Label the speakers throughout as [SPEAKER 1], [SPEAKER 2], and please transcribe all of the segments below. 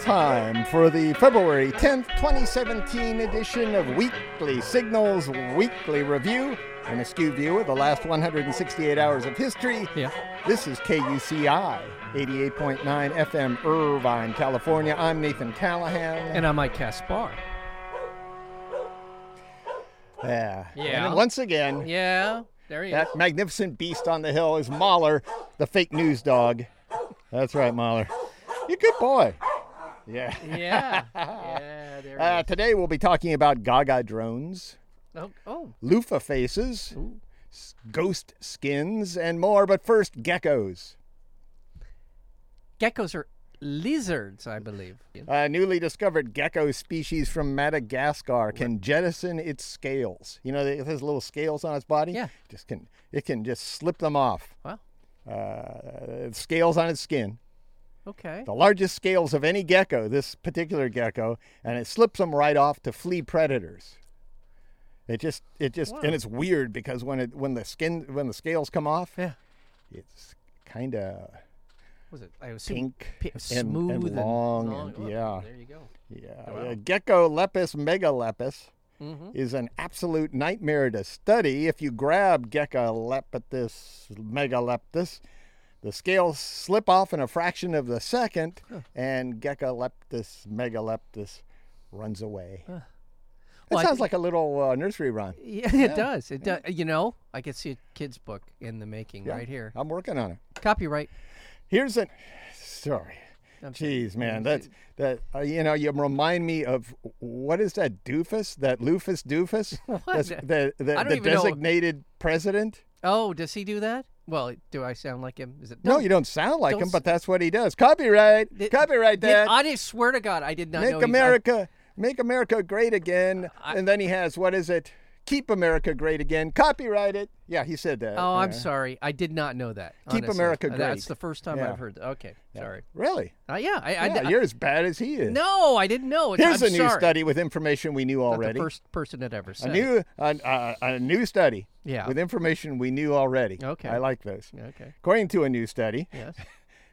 [SPEAKER 1] time for the February 10th, 2017 edition of Weekly Signals Weekly Review, an askew view of the last 168 hours of history.
[SPEAKER 2] Yeah.
[SPEAKER 1] This is KUCI 88.9 FM, Irvine, California. I'm Nathan Callahan.
[SPEAKER 2] And I'm Mike Caspar.
[SPEAKER 1] yeah.
[SPEAKER 2] Yeah.
[SPEAKER 1] And once again,
[SPEAKER 2] Yeah, there he
[SPEAKER 1] That magnificent beast on the hill is Mahler, the fake news dog. That's right, Mahler. You're a good boy. Yeah.
[SPEAKER 2] is. Yeah. yeah, there he
[SPEAKER 1] Uh, today we'll be talking about Gaga drones,
[SPEAKER 2] is. Oh, oh,
[SPEAKER 1] loofah faces, s- ghost skins, and more. But first, geckos.
[SPEAKER 2] geckos are lizards, I believe.
[SPEAKER 1] A newly discovered gecko species from Madagascar can jettison its scales. You know, it has little scales on its body.
[SPEAKER 2] Yeah.
[SPEAKER 1] Just can it can just slip them off.
[SPEAKER 2] Well,
[SPEAKER 1] Uh, scales on its skin.
[SPEAKER 2] okay.
[SPEAKER 1] the largest scales of any gecko, this particular gecko, and it slips them right off to flee predators. It just, it just, and it's weird because when it, when the skin, when the scales come off,
[SPEAKER 2] Yeah.
[SPEAKER 1] it's kind of
[SPEAKER 2] Was it? I was
[SPEAKER 1] pink
[SPEAKER 2] Pi-
[SPEAKER 1] and, and
[SPEAKER 2] smooth and
[SPEAKER 1] long,
[SPEAKER 2] long.
[SPEAKER 1] and
[SPEAKER 2] Oh,
[SPEAKER 1] yeah,
[SPEAKER 2] There you go.
[SPEAKER 1] yeah.
[SPEAKER 2] Oh,
[SPEAKER 1] Uh, gecko Lepus megalepis
[SPEAKER 2] Mhm.
[SPEAKER 1] is an absolute nightmare to study. If you grab Gecko Leptis megaleptis, the scales slip off in a fraction of the second, and Gecko Leptis megaleptis runs away. That
[SPEAKER 2] Well, I
[SPEAKER 1] sounds like a little uh, nursery rhyme.
[SPEAKER 2] Yeah, it does. It does. You know, I could see a kid's book in the making
[SPEAKER 1] Yeah,
[SPEAKER 2] right here.
[SPEAKER 1] I'm working on it.
[SPEAKER 2] Copyright.
[SPEAKER 1] Here's a sorry.
[SPEAKER 2] I'm sorry.
[SPEAKER 1] Jeez, man, that's that. Uh, you know, you remind me of what is that doofus? That loofus doofus?
[SPEAKER 2] What?
[SPEAKER 1] That's the the,
[SPEAKER 2] I don't
[SPEAKER 1] the
[SPEAKER 2] even know.
[SPEAKER 1] designated president?
[SPEAKER 2] Oh, does he do that? Well, do I sound like him? Is it?
[SPEAKER 1] No, you don't sound like
[SPEAKER 2] don't
[SPEAKER 1] him,
[SPEAKER 2] s-
[SPEAKER 1] but that's what he does. Copyright,
[SPEAKER 2] Did-
[SPEAKER 1] copyright,
[SPEAKER 2] Did,
[SPEAKER 1] Dad.
[SPEAKER 2] I did- swear to God, I did not know.
[SPEAKER 1] Make
[SPEAKER 2] he's- I-
[SPEAKER 1] America, make America great again.
[SPEAKER 2] I-
[SPEAKER 1] and then he has what is it? Keep America great again. Copyright it. Yeah, he said that.
[SPEAKER 2] Oh, I'm
[SPEAKER 1] Yeah.
[SPEAKER 2] sorry. I did not know that.
[SPEAKER 1] Keep
[SPEAKER 2] honestly.
[SPEAKER 1] America
[SPEAKER 2] Uh, That's
[SPEAKER 1] great.
[SPEAKER 2] the first time
[SPEAKER 1] Yeah.
[SPEAKER 2] I've heard that. Okay, sorry.
[SPEAKER 1] Really?
[SPEAKER 2] Uh, yeah, I, I,
[SPEAKER 1] Yeah,
[SPEAKER 2] I-
[SPEAKER 1] you're as bad as he is.
[SPEAKER 2] no, I didn't know. It's-
[SPEAKER 1] Here's
[SPEAKER 2] I'm
[SPEAKER 1] a new
[SPEAKER 2] sorry.
[SPEAKER 1] study with information we knew
[SPEAKER 2] Not
[SPEAKER 1] already.
[SPEAKER 2] The first person that ever
[SPEAKER 1] a
[SPEAKER 2] said. it.
[SPEAKER 1] new a, a, a new study
[SPEAKER 2] Yeah.
[SPEAKER 1] with information we knew already.
[SPEAKER 2] Okay.
[SPEAKER 1] I like those.
[SPEAKER 2] Okay.
[SPEAKER 1] According to a new study,
[SPEAKER 2] Yes.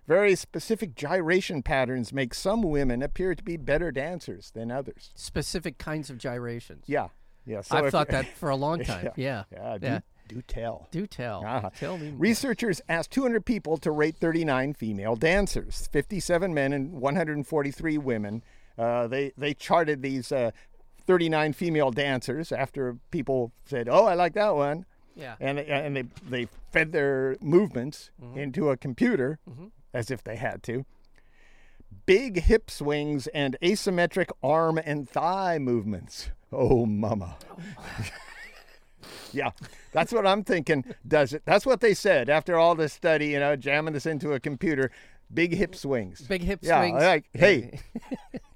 [SPEAKER 1] very specific gyration patterns make some women appear to be better dancers than others.
[SPEAKER 2] Specific kinds of gyrations.
[SPEAKER 1] Yeah. Yeah. So
[SPEAKER 2] I've
[SPEAKER 1] if
[SPEAKER 2] thought
[SPEAKER 1] you-
[SPEAKER 2] that for a long time. Yeah.
[SPEAKER 1] Yeah. Do, do tell.
[SPEAKER 2] Do tell.
[SPEAKER 1] Uh-huh.
[SPEAKER 2] Tell me.
[SPEAKER 1] Researchers asked 200 people to rate 39 female dancers, 57 men and 143 women. Uh, they they charted these uh, 39 female dancers after people said, "Oh, I like that one."
[SPEAKER 2] Yeah.
[SPEAKER 1] and they, and they they fed their movements
[SPEAKER 2] Mm-hmm.
[SPEAKER 1] into a computer as if they had to. Big hip swings and asymmetric arm and thigh movements. Oh, mama. yeah, that's what I'm thinking. Does it? That's what they said after all this study. You know, jamming this into a computer. Big hip swings.
[SPEAKER 2] Big hip
[SPEAKER 1] yeah,
[SPEAKER 2] swings.
[SPEAKER 1] Like, hey,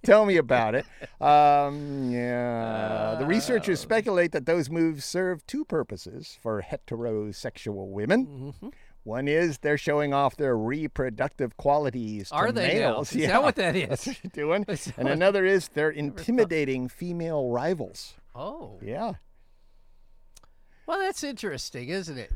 [SPEAKER 1] Tell me about it. Um, yeah. the
[SPEAKER 2] Um.
[SPEAKER 1] researchers speculate that those moves serve two purposes for heterosexual women.
[SPEAKER 2] Mm-hmm.
[SPEAKER 1] One is they're showing off their reproductive qualities
[SPEAKER 2] Are
[SPEAKER 1] to
[SPEAKER 2] they now?
[SPEAKER 1] males.
[SPEAKER 2] Is that what that is?
[SPEAKER 1] That's what you're doing.
[SPEAKER 2] Is that
[SPEAKER 1] And
[SPEAKER 2] what-
[SPEAKER 1] another is they're intimidating female rivals.
[SPEAKER 2] Oh.
[SPEAKER 1] Yeah.
[SPEAKER 2] Well, that's interesting, isn't it?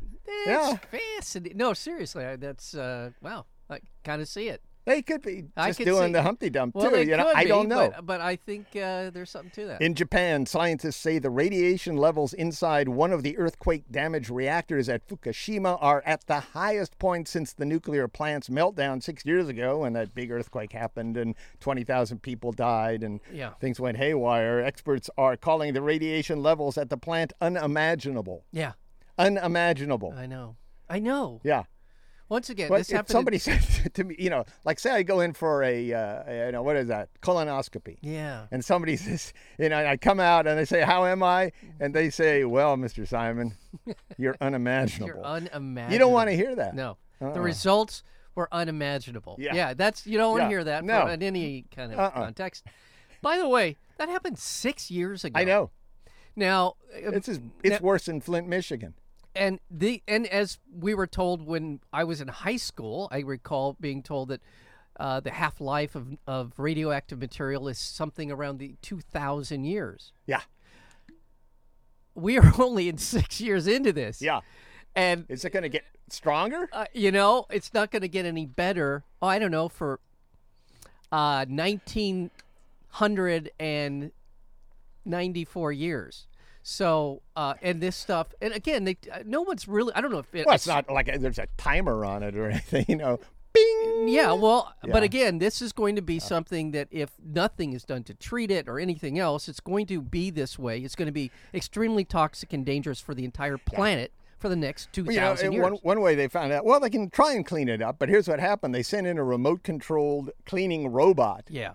[SPEAKER 1] Yeah.
[SPEAKER 2] That's fascinating. No, seriously, I, that's uh, wow. I kind of see it.
[SPEAKER 1] They could be
[SPEAKER 2] I
[SPEAKER 1] just
[SPEAKER 2] could
[SPEAKER 1] doing
[SPEAKER 2] see-
[SPEAKER 1] the Humpty Dump
[SPEAKER 2] Well,
[SPEAKER 1] too.
[SPEAKER 2] they
[SPEAKER 1] You know,
[SPEAKER 2] could
[SPEAKER 1] I
[SPEAKER 2] be,
[SPEAKER 1] don't know.
[SPEAKER 2] But, but I think uh, there's something to that.
[SPEAKER 1] In Japan, scientists say the radiation levels inside one of the earthquake damaged reactors at Fukushima are at the highest point since the nuclear plant's meltdown six years ago when that big earthquake happened and 20,000 people died and
[SPEAKER 2] Yeah.
[SPEAKER 1] things went haywire. Experts are calling the radiation levels at the plant unimaginable.
[SPEAKER 2] yeah.
[SPEAKER 1] Unimaginable.
[SPEAKER 2] I know. I know.
[SPEAKER 1] Yeah.
[SPEAKER 2] Once again,
[SPEAKER 1] But
[SPEAKER 2] Uh, this
[SPEAKER 1] if
[SPEAKER 2] happened.
[SPEAKER 1] somebody says to me, you know, like say I go in for a, uh, you know, what is that? Colonoscopy
[SPEAKER 2] in, yeah.
[SPEAKER 1] and somebody says, you know, and I come out and they say, "How am I?" And they say, "Well, Mr. Simon, you're unimaginable.
[SPEAKER 2] You're unimaginable.
[SPEAKER 1] you don't want to hear that."
[SPEAKER 2] No. The results were unimaginable.
[SPEAKER 1] Uh-uh. Yeah.
[SPEAKER 2] that's you don't want to
[SPEAKER 1] Yeah.
[SPEAKER 2] hear that
[SPEAKER 1] No.
[SPEAKER 2] from, in any kind of
[SPEAKER 1] Uh-uh.
[SPEAKER 2] context. By the way, that happened six years ago.
[SPEAKER 1] I know
[SPEAKER 2] Now, uh,
[SPEAKER 1] it's is, it's worse in Flint, Michigan.
[SPEAKER 2] and the and as we were told when I was in high school, I recall being told that uh, the half life of of radioactive material is something around the two thousand years.
[SPEAKER 1] Yeah,
[SPEAKER 2] We are only in six years into this.
[SPEAKER 1] yeah.
[SPEAKER 2] and
[SPEAKER 1] Is it going to get stronger?
[SPEAKER 2] uh, you know it's not going to get any better. Oh, I don't know for uh, 1994 years. So, uh, and this stuff, and again, they uh, no one's really. I don't know if it,
[SPEAKER 1] Well, it's not like a, there's a timer on it or anything, you know. Bing.
[SPEAKER 2] Yeah, well,
[SPEAKER 1] Yeah.
[SPEAKER 2] but again, this is going to be something that if nothing is done to treat it or anything else, it's going to be this way. It's going to be extremely toxic and dangerous for the entire planet for the next two
[SPEAKER 1] You know,
[SPEAKER 2] thousand
[SPEAKER 1] and
[SPEAKER 2] years.
[SPEAKER 1] one, one way they found out, well, they can try and clean it up, but here's what happened. They sent in a remote controlled cleaning robot,
[SPEAKER 2] yeah,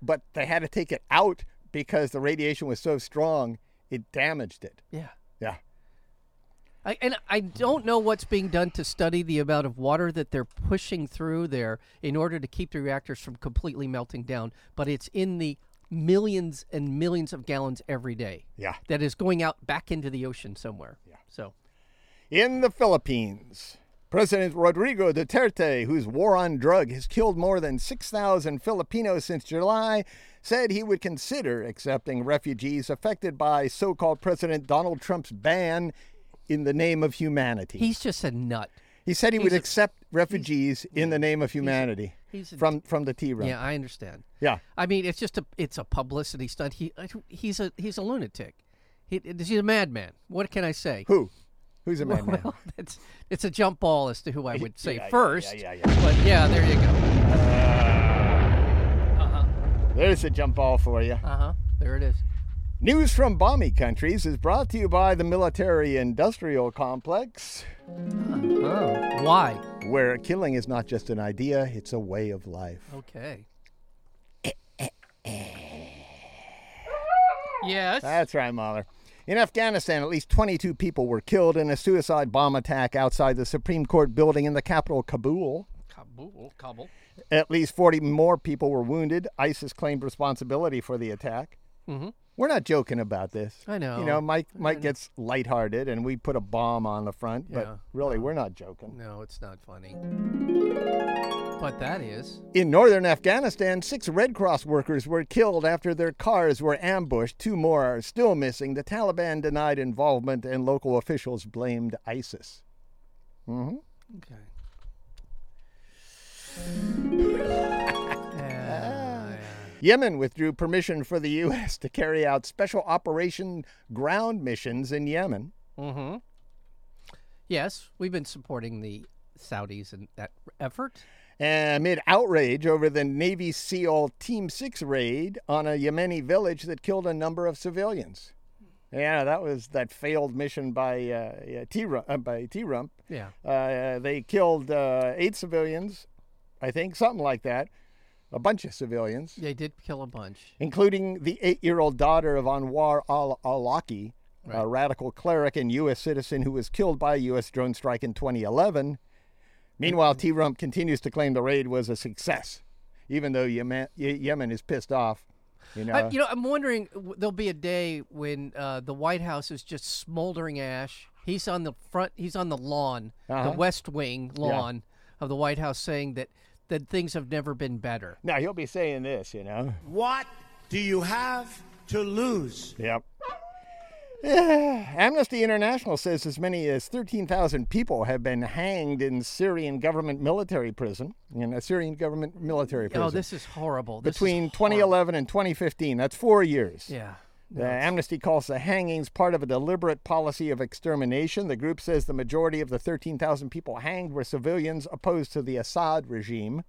[SPEAKER 1] but they had to take it out because the radiation was so strong, it damaged it.
[SPEAKER 2] yeah.
[SPEAKER 1] Yeah.
[SPEAKER 2] I, and I don't know what's being done to study the amount of water that they're pushing through there in order to keep the reactors from completely melting down, but it's in the millions and millions of gallons every day
[SPEAKER 1] Yeah.
[SPEAKER 2] that is going out back into the ocean somewhere. Yeah. So.
[SPEAKER 1] In the Philippines, President Rodrigo Duterte, whose war on drug has killed more than 6,000 Filipinos since July, said he would consider accepting refugees affected by so called President Donald Trump's ban in the name of humanity.
[SPEAKER 2] He's just a nut.
[SPEAKER 1] he said he would accept refugees in the name of humanity
[SPEAKER 2] he's a-
[SPEAKER 1] from, from the T Rump.
[SPEAKER 2] Yeah, I understand.
[SPEAKER 1] Yeah.
[SPEAKER 2] I mean, it's just a it's a publicity stunt. He uh, he's a he's a lunatic. He, he's a madman. What can I say?
[SPEAKER 1] Who? Who's a man?
[SPEAKER 2] Well, it's it's a jump ball as to who I would say
[SPEAKER 1] yeah, yeah,
[SPEAKER 2] first.
[SPEAKER 1] yeah, yeah.
[SPEAKER 2] But yeah, there you go.
[SPEAKER 1] There's a jump ball for you.
[SPEAKER 2] Uh huh. There it is.
[SPEAKER 1] News from balmy countries is brought to you by the military industrial complex.
[SPEAKER 2] Oh, why?
[SPEAKER 1] where killing is not just an idea, it's a way of life.
[SPEAKER 2] Okay. Yes.
[SPEAKER 1] That's right, Mahler. In Afghanistan, at least 22 people were killed in a suicide bomb attack outside the Supreme Court building in the capital, Kabul.
[SPEAKER 2] Kabul, oh, Kabul.
[SPEAKER 1] At least 40 more people were wounded. ISIS claimed responsibility for the attack.
[SPEAKER 2] Mhm.
[SPEAKER 1] We're not joking about this.
[SPEAKER 2] I know.
[SPEAKER 1] You know, Mike Mike gets lighthearted, and we put a bomb on the front,
[SPEAKER 2] Yeah.
[SPEAKER 1] but really, we're not joking.
[SPEAKER 2] No, it's not funny. But that is.
[SPEAKER 1] In northern Afghanistan, six Red Cross workers were killed after their cars were ambushed. Two more are still missing. The Taliban denied involvement, and local officials blamed ISIS.
[SPEAKER 2] Okay. Yeah,
[SPEAKER 1] Yemen withdrew permission for the U.S. to carry out special operation ground missions in Yemen.
[SPEAKER 2] yeah. hmm Yes, we've been supporting the Saudis in that effort.
[SPEAKER 1] And amid outrage over the Navy SEAL Team 6 raid on a Yemeni village that killed a number of civilians. Yeah, that was that failed mission by uh, yeah, T-Rump, uh, by T-Rump.
[SPEAKER 2] Yeah.
[SPEAKER 1] Uh, they killed uh, eight civilians, I think, something like that. A bunch of civilians,
[SPEAKER 2] They did kill a bunch.
[SPEAKER 1] including the eight year old daughter of Anwar al Awlaki, a radical cleric and U.S. citizen who was killed by a U.S. drone strike in 2011. Meanwhile, T Rump continues to claim the raid was a success, even though Yemen, Ye- Yemen is pissed off. You know,
[SPEAKER 2] I, you know, I'm wondering w- there'll be a day when uh, the White House is just smoldering ash. He's on the front. He's on the lawn,
[SPEAKER 1] Uh-huh.
[SPEAKER 2] the West Wing lawn of the White House, saying that that things have never been better.
[SPEAKER 1] now he'll be saying this, you know.
[SPEAKER 3] What do you have to lose?
[SPEAKER 1] Yep. Amnesty International says as many as 13,000 people have been hanged in Syrian government military prison, in a Syrian government military prison,
[SPEAKER 2] Oh, this is horrible. This is
[SPEAKER 1] between
[SPEAKER 2] horrible.
[SPEAKER 1] 2011 and 2015. That's four years.
[SPEAKER 2] Yeah.
[SPEAKER 1] The Amnesty calls the hangings part of a deliberate policy of extermination. The group says the majority of the 13,000 people hanged were civilians opposed to the Assad regime.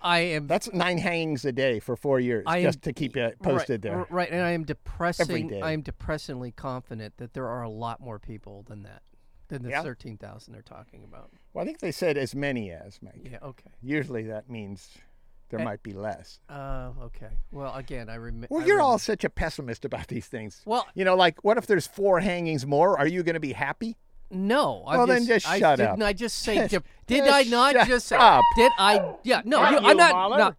[SPEAKER 2] I am
[SPEAKER 1] That's nine hangings a day for four years,
[SPEAKER 2] I am-
[SPEAKER 1] just to keep you posted
[SPEAKER 2] right,
[SPEAKER 1] there.
[SPEAKER 2] r- Right, and I am
[SPEAKER 1] day.
[SPEAKER 2] depressing. I am depressingly confident that there are a lot more people than that, than the
[SPEAKER 1] Yeah.
[SPEAKER 2] thirteen thousand they're talking about.
[SPEAKER 1] Well, I think they said as many as, Mike.
[SPEAKER 2] Yeah. Okay.
[SPEAKER 1] Usually that means there might be less.
[SPEAKER 2] Uh, okay. Well, again, I remember.
[SPEAKER 1] Well, you're all such a pessimist about these things.
[SPEAKER 2] Well-
[SPEAKER 1] you know, like, what if there's four hangings more? Are you going to be happy?
[SPEAKER 2] No. I
[SPEAKER 1] Well, then just
[SPEAKER 2] I,
[SPEAKER 1] shut up.
[SPEAKER 2] Didn't I just say?
[SPEAKER 1] Just-
[SPEAKER 2] dip- did
[SPEAKER 1] just
[SPEAKER 2] I not
[SPEAKER 1] shut
[SPEAKER 2] just say?
[SPEAKER 1] up.
[SPEAKER 2] Did I? Yeah. No.
[SPEAKER 1] Not
[SPEAKER 2] you-
[SPEAKER 1] you,
[SPEAKER 2] I'm not.
[SPEAKER 1] Mahler.
[SPEAKER 2] not-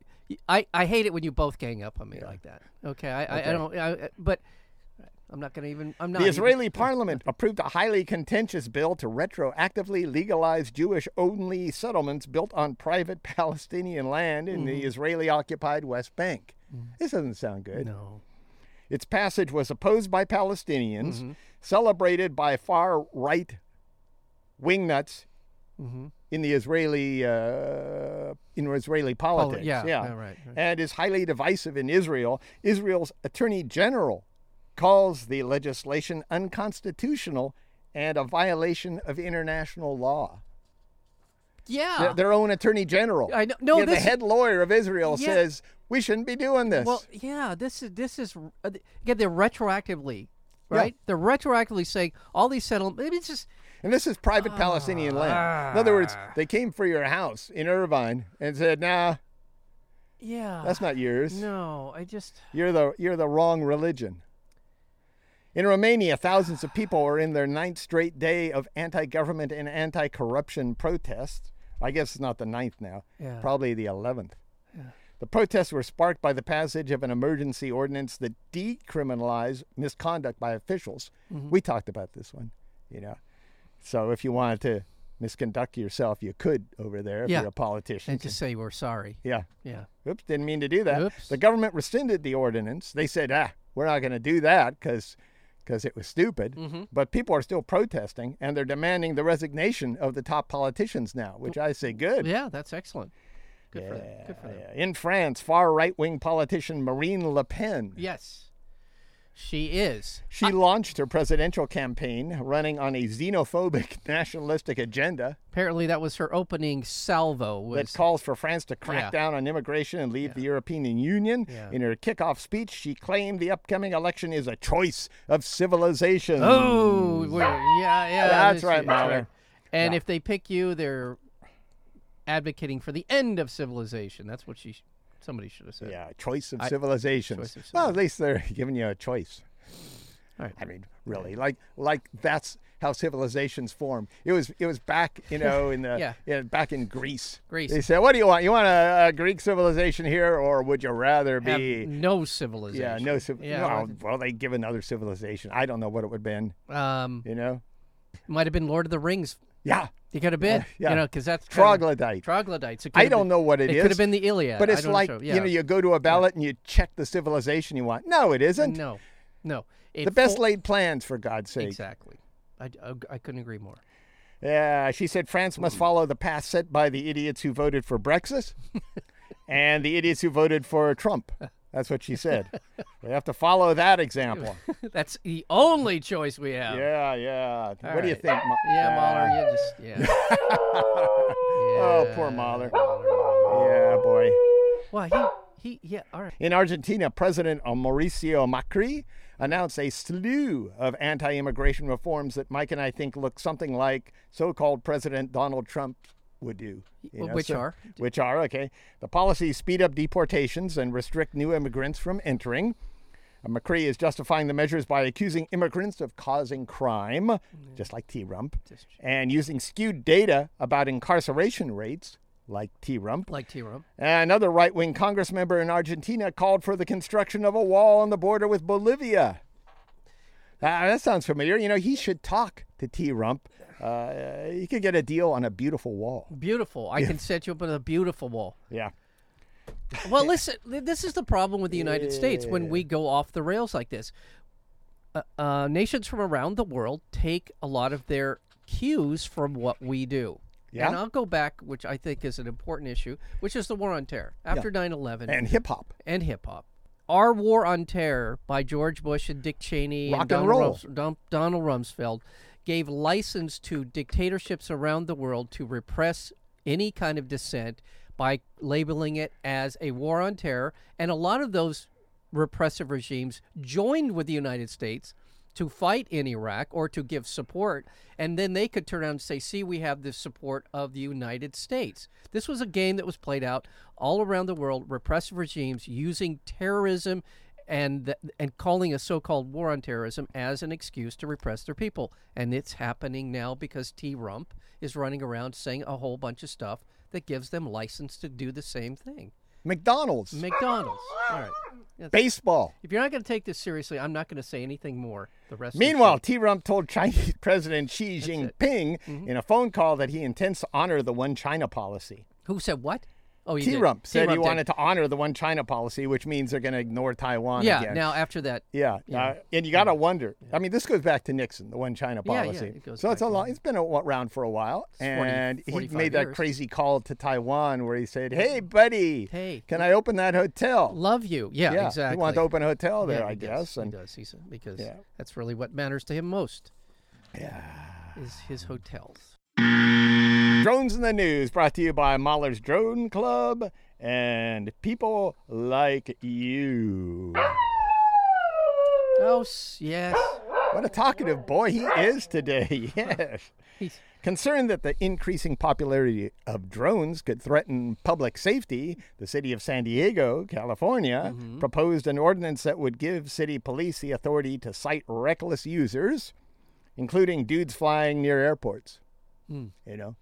[SPEAKER 2] I, I hate it when you both gang up on me like that. Okay. I, I, I don't. I, but I'm not going to even. I'm not.
[SPEAKER 1] The
[SPEAKER 2] even-
[SPEAKER 1] Israeli parliament approved a highly contentious bill to retroactively legalize Jewish only settlements built on private Palestinian land in the Israeli occupied West Bank. This doesn't sound good.
[SPEAKER 2] No.
[SPEAKER 1] Its passage was opposed by
[SPEAKER 2] Mm-hmm.
[SPEAKER 1] Palestinians, celebrated by far right wingnuts
[SPEAKER 2] Mm-hmm.
[SPEAKER 1] in the Israeli uh, in Israeli politics.
[SPEAKER 2] yeah, yeah, right, right.
[SPEAKER 1] and is highly divisive in Israel. Israel's attorney general calls the legislation unconstitutional and a violation of international law.
[SPEAKER 2] Yeah.
[SPEAKER 1] Their, their own attorney general.
[SPEAKER 2] Ah. I know- no,
[SPEAKER 1] Yeah, the
[SPEAKER 2] this-
[SPEAKER 1] head lawyer of Israel
[SPEAKER 2] Yeah.
[SPEAKER 1] says we shouldn't be doing this.
[SPEAKER 2] Well, yeah, this is this is uh, th- again they're retroactively, right? They're retroactively saying all these settlements. It's just
[SPEAKER 1] And this is private Palestinian land. In other words, they came for your house in Irvine and said, "Nah,
[SPEAKER 2] yeah.
[SPEAKER 1] that's not yours.
[SPEAKER 2] no. I just
[SPEAKER 1] You're the you're the wrong religion." In Romania, thousands of people are in their ninth straight day of anti-government and anti-corruption protests. I guess it's not the ninth now,
[SPEAKER 2] Yeah.
[SPEAKER 1] probably the eleventh. The protests were sparked by the passage of an emergency ordinance that decriminalized misconduct by officials.
[SPEAKER 2] Mm-hmm.
[SPEAKER 1] We talked about this one, you know. So if you wanted to misconduct yourself, you could over there if
[SPEAKER 2] Yeah.
[SPEAKER 1] you're a politician.
[SPEAKER 2] and just say we're sorry.
[SPEAKER 1] yeah.
[SPEAKER 2] Yeah.
[SPEAKER 1] Oops, didn't mean to do that.
[SPEAKER 2] Oops.
[SPEAKER 1] The government rescinded the ordinance. They said, ah, we're not going to do that because it was stupid.
[SPEAKER 2] Mm-hmm.
[SPEAKER 1] But people are still protesting and they're demanding the resignation of the top politicians now, which I say good.
[SPEAKER 2] Yeah, that's excellent. Good for them. Good for them.
[SPEAKER 1] Yeah. In France, far right wing politician Marine Le Pen.
[SPEAKER 2] Yes, she is.
[SPEAKER 1] She launched her presidential campaign running on a xenophobic nationalistic agenda
[SPEAKER 2] Apparently, that was her opening salvo.
[SPEAKER 1] that
[SPEAKER 2] Was
[SPEAKER 1] calls for France to crack
[SPEAKER 2] Yeah.
[SPEAKER 1] down on immigration and leave the European Union.
[SPEAKER 2] Yeah.
[SPEAKER 1] In her kickoff speech, she claimed the upcoming election is a choice of civilization.
[SPEAKER 2] oh, we're- yeah, yeah.
[SPEAKER 1] That's
[SPEAKER 2] this-
[SPEAKER 1] right, Mahler.
[SPEAKER 2] And if they pick you, they're advocating for the end of civilization. That's what she. sh- Somebody should have said.
[SPEAKER 1] Yeah, choice of civilization.
[SPEAKER 2] choice of
[SPEAKER 1] Well, at least they're giving you a choice.
[SPEAKER 2] All right.
[SPEAKER 1] I mean, really, like like that's how civilizations form. It was it was back, you know, in the
[SPEAKER 2] Yeah.
[SPEAKER 1] in- back in Greece.
[SPEAKER 2] Greece.
[SPEAKER 1] They said, "What do you want? You want a, a Greek civilization here, or would you rather
[SPEAKER 2] Have
[SPEAKER 1] be?"
[SPEAKER 2] no civilization.
[SPEAKER 1] yeah, no, civ-
[SPEAKER 2] Yeah,
[SPEAKER 1] no,
[SPEAKER 2] well,
[SPEAKER 1] well, they give another civilization. I don't know what it would have been,
[SPEAKER 2] Um,
[SPEAKER 1] you know?
[SPEAKER 2] might have been Lord of the Rings.
[SPEAKER 1] Yeah,
[SPEAKER 2] It could have been,
[SPEAKER 1] yeah.
[SPEAKER 2] you know, because that's kind of-
[SPEAKER 1] troglodyte.
[SPEAKER 2] troglodytes. It could
[SPEAKER 1] I
[SPEAKER 2] have
[SPEAKER 1] don't
[SPEAKER 2] been-
[SPEAKER 1] know what it
[SPEAKER 2] it
[SPEAKER 1] is,
[SPEAKER 2] could have been the Iliad.
[SPEAKER 1] but
[SPEAKER 2] I
[SPEAKER 1] it's
[SPEAKER 2] don't
[SPEAKER 1] like
[SPEAKER 2] know.
[SPEAKER 1] you know, you go to a ballot and you check the civilization you want. No, it isn't.
[SPEAKER 2] no, no. It
[SPEAKER 1] The best
[SPEAKER 2] fo-
[SPEAKER 1] laid plans, for God's sake.
[SPEAKER 2] exactly. I, I, I couldn't agree more.
[SPEAKER 1] Yeah, she said France must follow the path set by the idiots who voted for Brexit and the idiots who voted for Trump. That's what she said. we have to follow that example.
[SPEAKER 2] That's the only choice we have.
[SPEAKER 1] Yeah, yeah. what
[SPEAKER 2] All
[SPEAKER 1] do you
[SPEAKER 2] right.
[SPEAKER 1] think? Ma-
[SPEAKER 2] Yeah, Mahler, you just yeah.
[SPEAKER 1] Oh, poor Mahler. Yeah, boy.
[SPEAKER 2] Wow, he he yeah. All right.
[SPEAKER 1] In Argentina, President Mauricio Macri announced a slew of anti immigration reforms that Mike and I think look something like so called President Donald Trump would do. you
[SPEAKER 2] Which are?
[SPEAKER 1] Which are, okay. The policies speed up deportations and restrict new immigrants from entering. Uh, Macri is justifying the measures by accusing immigrants of causing crime, just like T Rump, and using skewed data about incarceration rates, like T Rump.
[SPEAKER 2] Like T-Rump.
[SPEAKER 1] Another right wing Congress member in Argentina called for the construction of a wall on the border with Bolivia. Ah, that sounds familiar. You know, he should talk to T Rump. Uh, he could get a deal on a beautiful wall.
[SPEAKER 2] Beautiful. I can set you up with a beautiful wall.
[SPEAKER 1] Yeah.
[SPEAKER 2] Well, listen, th- this is the problem with the United States when we go off the rails like this. Uh, uh, nations from around the world take a lot of their cues from what we do.
[SPEAKER 1] Yeah.
[SPEAKER 2] And I'll go back, which I think is an important issue, which is the war on terror after 9 11
[SPEAKER 1] And hip hop.
[SPEAKER 2] and hip hop. Our War on Terror by George Bush and Dick Cheney
[SPEAKER 1] Rock and
[SPEAKER 2] and, Donald,
[SPEAKER 1] roll.
[SPEAKER 2] Rums- Don- Donald Rumsfeld gave license to dictatorships around the world to repress any kind of dissent by labeling it as a war on terror. And a lot of those repressive regimes joined with the United States to fight in Iraq or to give support. And then they could turn around and say, see, we have the support of the United States. This was a game that was played out all around the world, repressive regimes using terrorism and th- and calling a so-called war on terrorism as an excuse to repress their people. And it's happening now because T. Rump is running around saying a whole bunch of stuff that gives them license to do the same thing.
[SPEAKER 1] McDonald's.
[SPEAKER 2] McDonald's. All right.
[SPEAKER 1] baseball.
[SPEAKER 2] If you're not going to take this seriously, I'm not going to say anything more. The rest. of the
[SPEAKER 1] Meanwhile, T Rump told Chinese President Xi
[SPEAKER 2] Mm-hmm.
[SPEAKER 1] Jinping in a phone call that he intends to honor the One China policy.
[SPEAKER 2] show. who said what? Oh, he
[SPEAKER 1] T.
[SPEAKER 2] did.
[SPEAKER 1] Rump said he
[SPEAKER 2] T-Rump did.
[SPEAKER 1] wanted to honor the one China policy, which means they're going to ignore Taiwan
[SPEAKER 2] Yeah.
[SPEAKER 1] again.
[SPEAKER 2] Now after that,
[SPEAKER 1] Yeah, uh, and you got to wonder. I mean, this goes back to Nixon, the one China
[SPEAKER 2] Yeah, yeah,
[SPEAKER 1] policy.
[SPEAKER 2] it goes
[SPEAKER 1] so it's a
[SPEAKER 2] back a
[SPEAKER 1] long, it's been a- around for a while,
[SPEAKER 2] It's 40,
[SPEAKER 1] and he
[SPEAKER 2] 45
[SPEAKER 1] made that
[SPEAKER 2] years.
[SPEAKER 1] crazy call to Taiwan where he said, "Hey, buddy,
[SPEAKER 2] Hey.
[SPEAKER 1] can I open that hotel?"
[SPEAKER 2] love you. Yeah,
[SPEAKER 1] yeah,
[SPEAKER 2] exactly.
[SPEAKER 1] he wanted to open a hotel there,
[SPEAKER 2] Yeah,
[SPEAKER 1] I
[SPEAKER 2] he does.
[SPEAKER 1] guess, and
[SPEAKER 2] he does. He's, because
[SPEAKER 1] Yeah.
[SPEAKER 2] that's really what matters to him most. Yeah, is his hotels.
[SPEAKER 1] drones in the news brought to you by Mahler's Drone Club and people like you.
[SPEAKER 2] Oh s- yes,
[SPEAKER 1] What a talkative boy he is today. Yes.
[SPEAKER 2] He's-
[SPEAKER 1] Concerned that the increasing popularity of drones could threaten public safety, the city of San Diego, California, proposed an ordinance that would give city police the authority to cite reckless users, including dudes flying near airports. You know,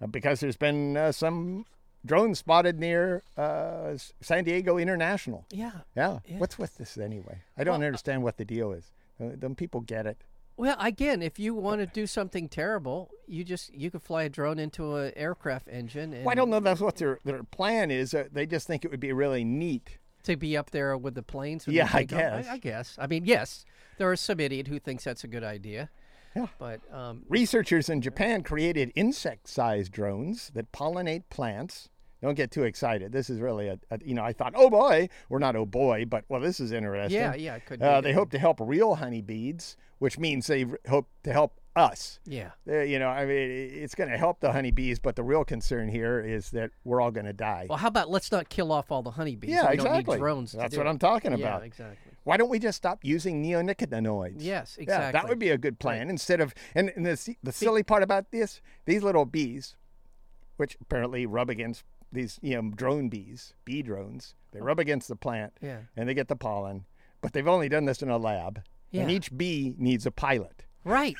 [SPEAKER 1] Uh, because there's been uh, some drones spotted near uh, S- San Diego International.
[SPEAKER 2] yeah.
[SPEAKER 1] Yeah. What's with this anyway? I don't understand what the deal is. Uh, Don't people get it?
[SPEAKER 2] Well, again, if you want to do something terrible, you just you could fly a drone into an aircraft engine and
[SPEAKER 1] Well, I don't know. if That's what their their plan is. Uh, they just think it would be really neat.
[SPEAKER 2] to be up there with the planes. when they
[SPEAKER 1] Yeah, I
[SPEAKER 2] take off.
[SPEAKER 1] guess.
[SPEAKER 2] I, I guess. I mean, yes, there is some idiot who thinks that's a good idea.
[SPEAKER 1] Yeah.
[SPEAKER 2] But um,
[SPEAKER 1] Researchers in Japan created insect-sized drones that pollinate plants. Don't get too excited. This is really a, a you know I thought oh boy we're not oh boy but well this is interesting.
[SPEAKER 2] yeah, yeah, it could.
[SPEAKER 1] Uh,
[SPEAKER 2] be
[SPEAKER 1] they
[SPEAKER 2] good.
[SPEAKER 1] hope to help real honeybees, which means they r- hope to help us.
[SPEAKER 2] Yeah.
[SPEAKER 1] They- you know, I mean, i- it's going to help the honeybees, but the real concern here is that we're all going to die.
[SPEAKER 2] Well, how about let's not kill off all the honeybees?
[SPEAKER 1] yeah,
[SPEAKER 2] we
[SPEAKER 1] exactly.
[SPEAKER 2] Don't need drones. to
[SPEAKER 1] That's
[SPEAKER 2] do
[SPEAKER 1] what
[SPEAKER 2] it.
[SPEAKER 1] I'm talking
[SPEAKER 2] Yeah,
[SPEAKER 1] about.
[SPEAKER 2] exactly.
[SPEAKER 1] Why don't we just stop using neonicotinoids?
[SPEAKER 2] Yes,
[SPEAKER 1] Yeah, that
[SPEAKER 2] exactly.
[SPEAKER 1] would be a good plan instead of and, and the s- the silly part about this, these little bees, which apparently rub against these you know drone bees, bee drones, they rub against the plant,
[SPEAKER 2] Oh. Yeah.
[SPEAKER 1] and they get the pollen. But they've only done this in a lab, and
[SPEAKER 2] Yeah.
[SPEAKER 1] each bee needs a pilot.
[SPEAKER 2] Right,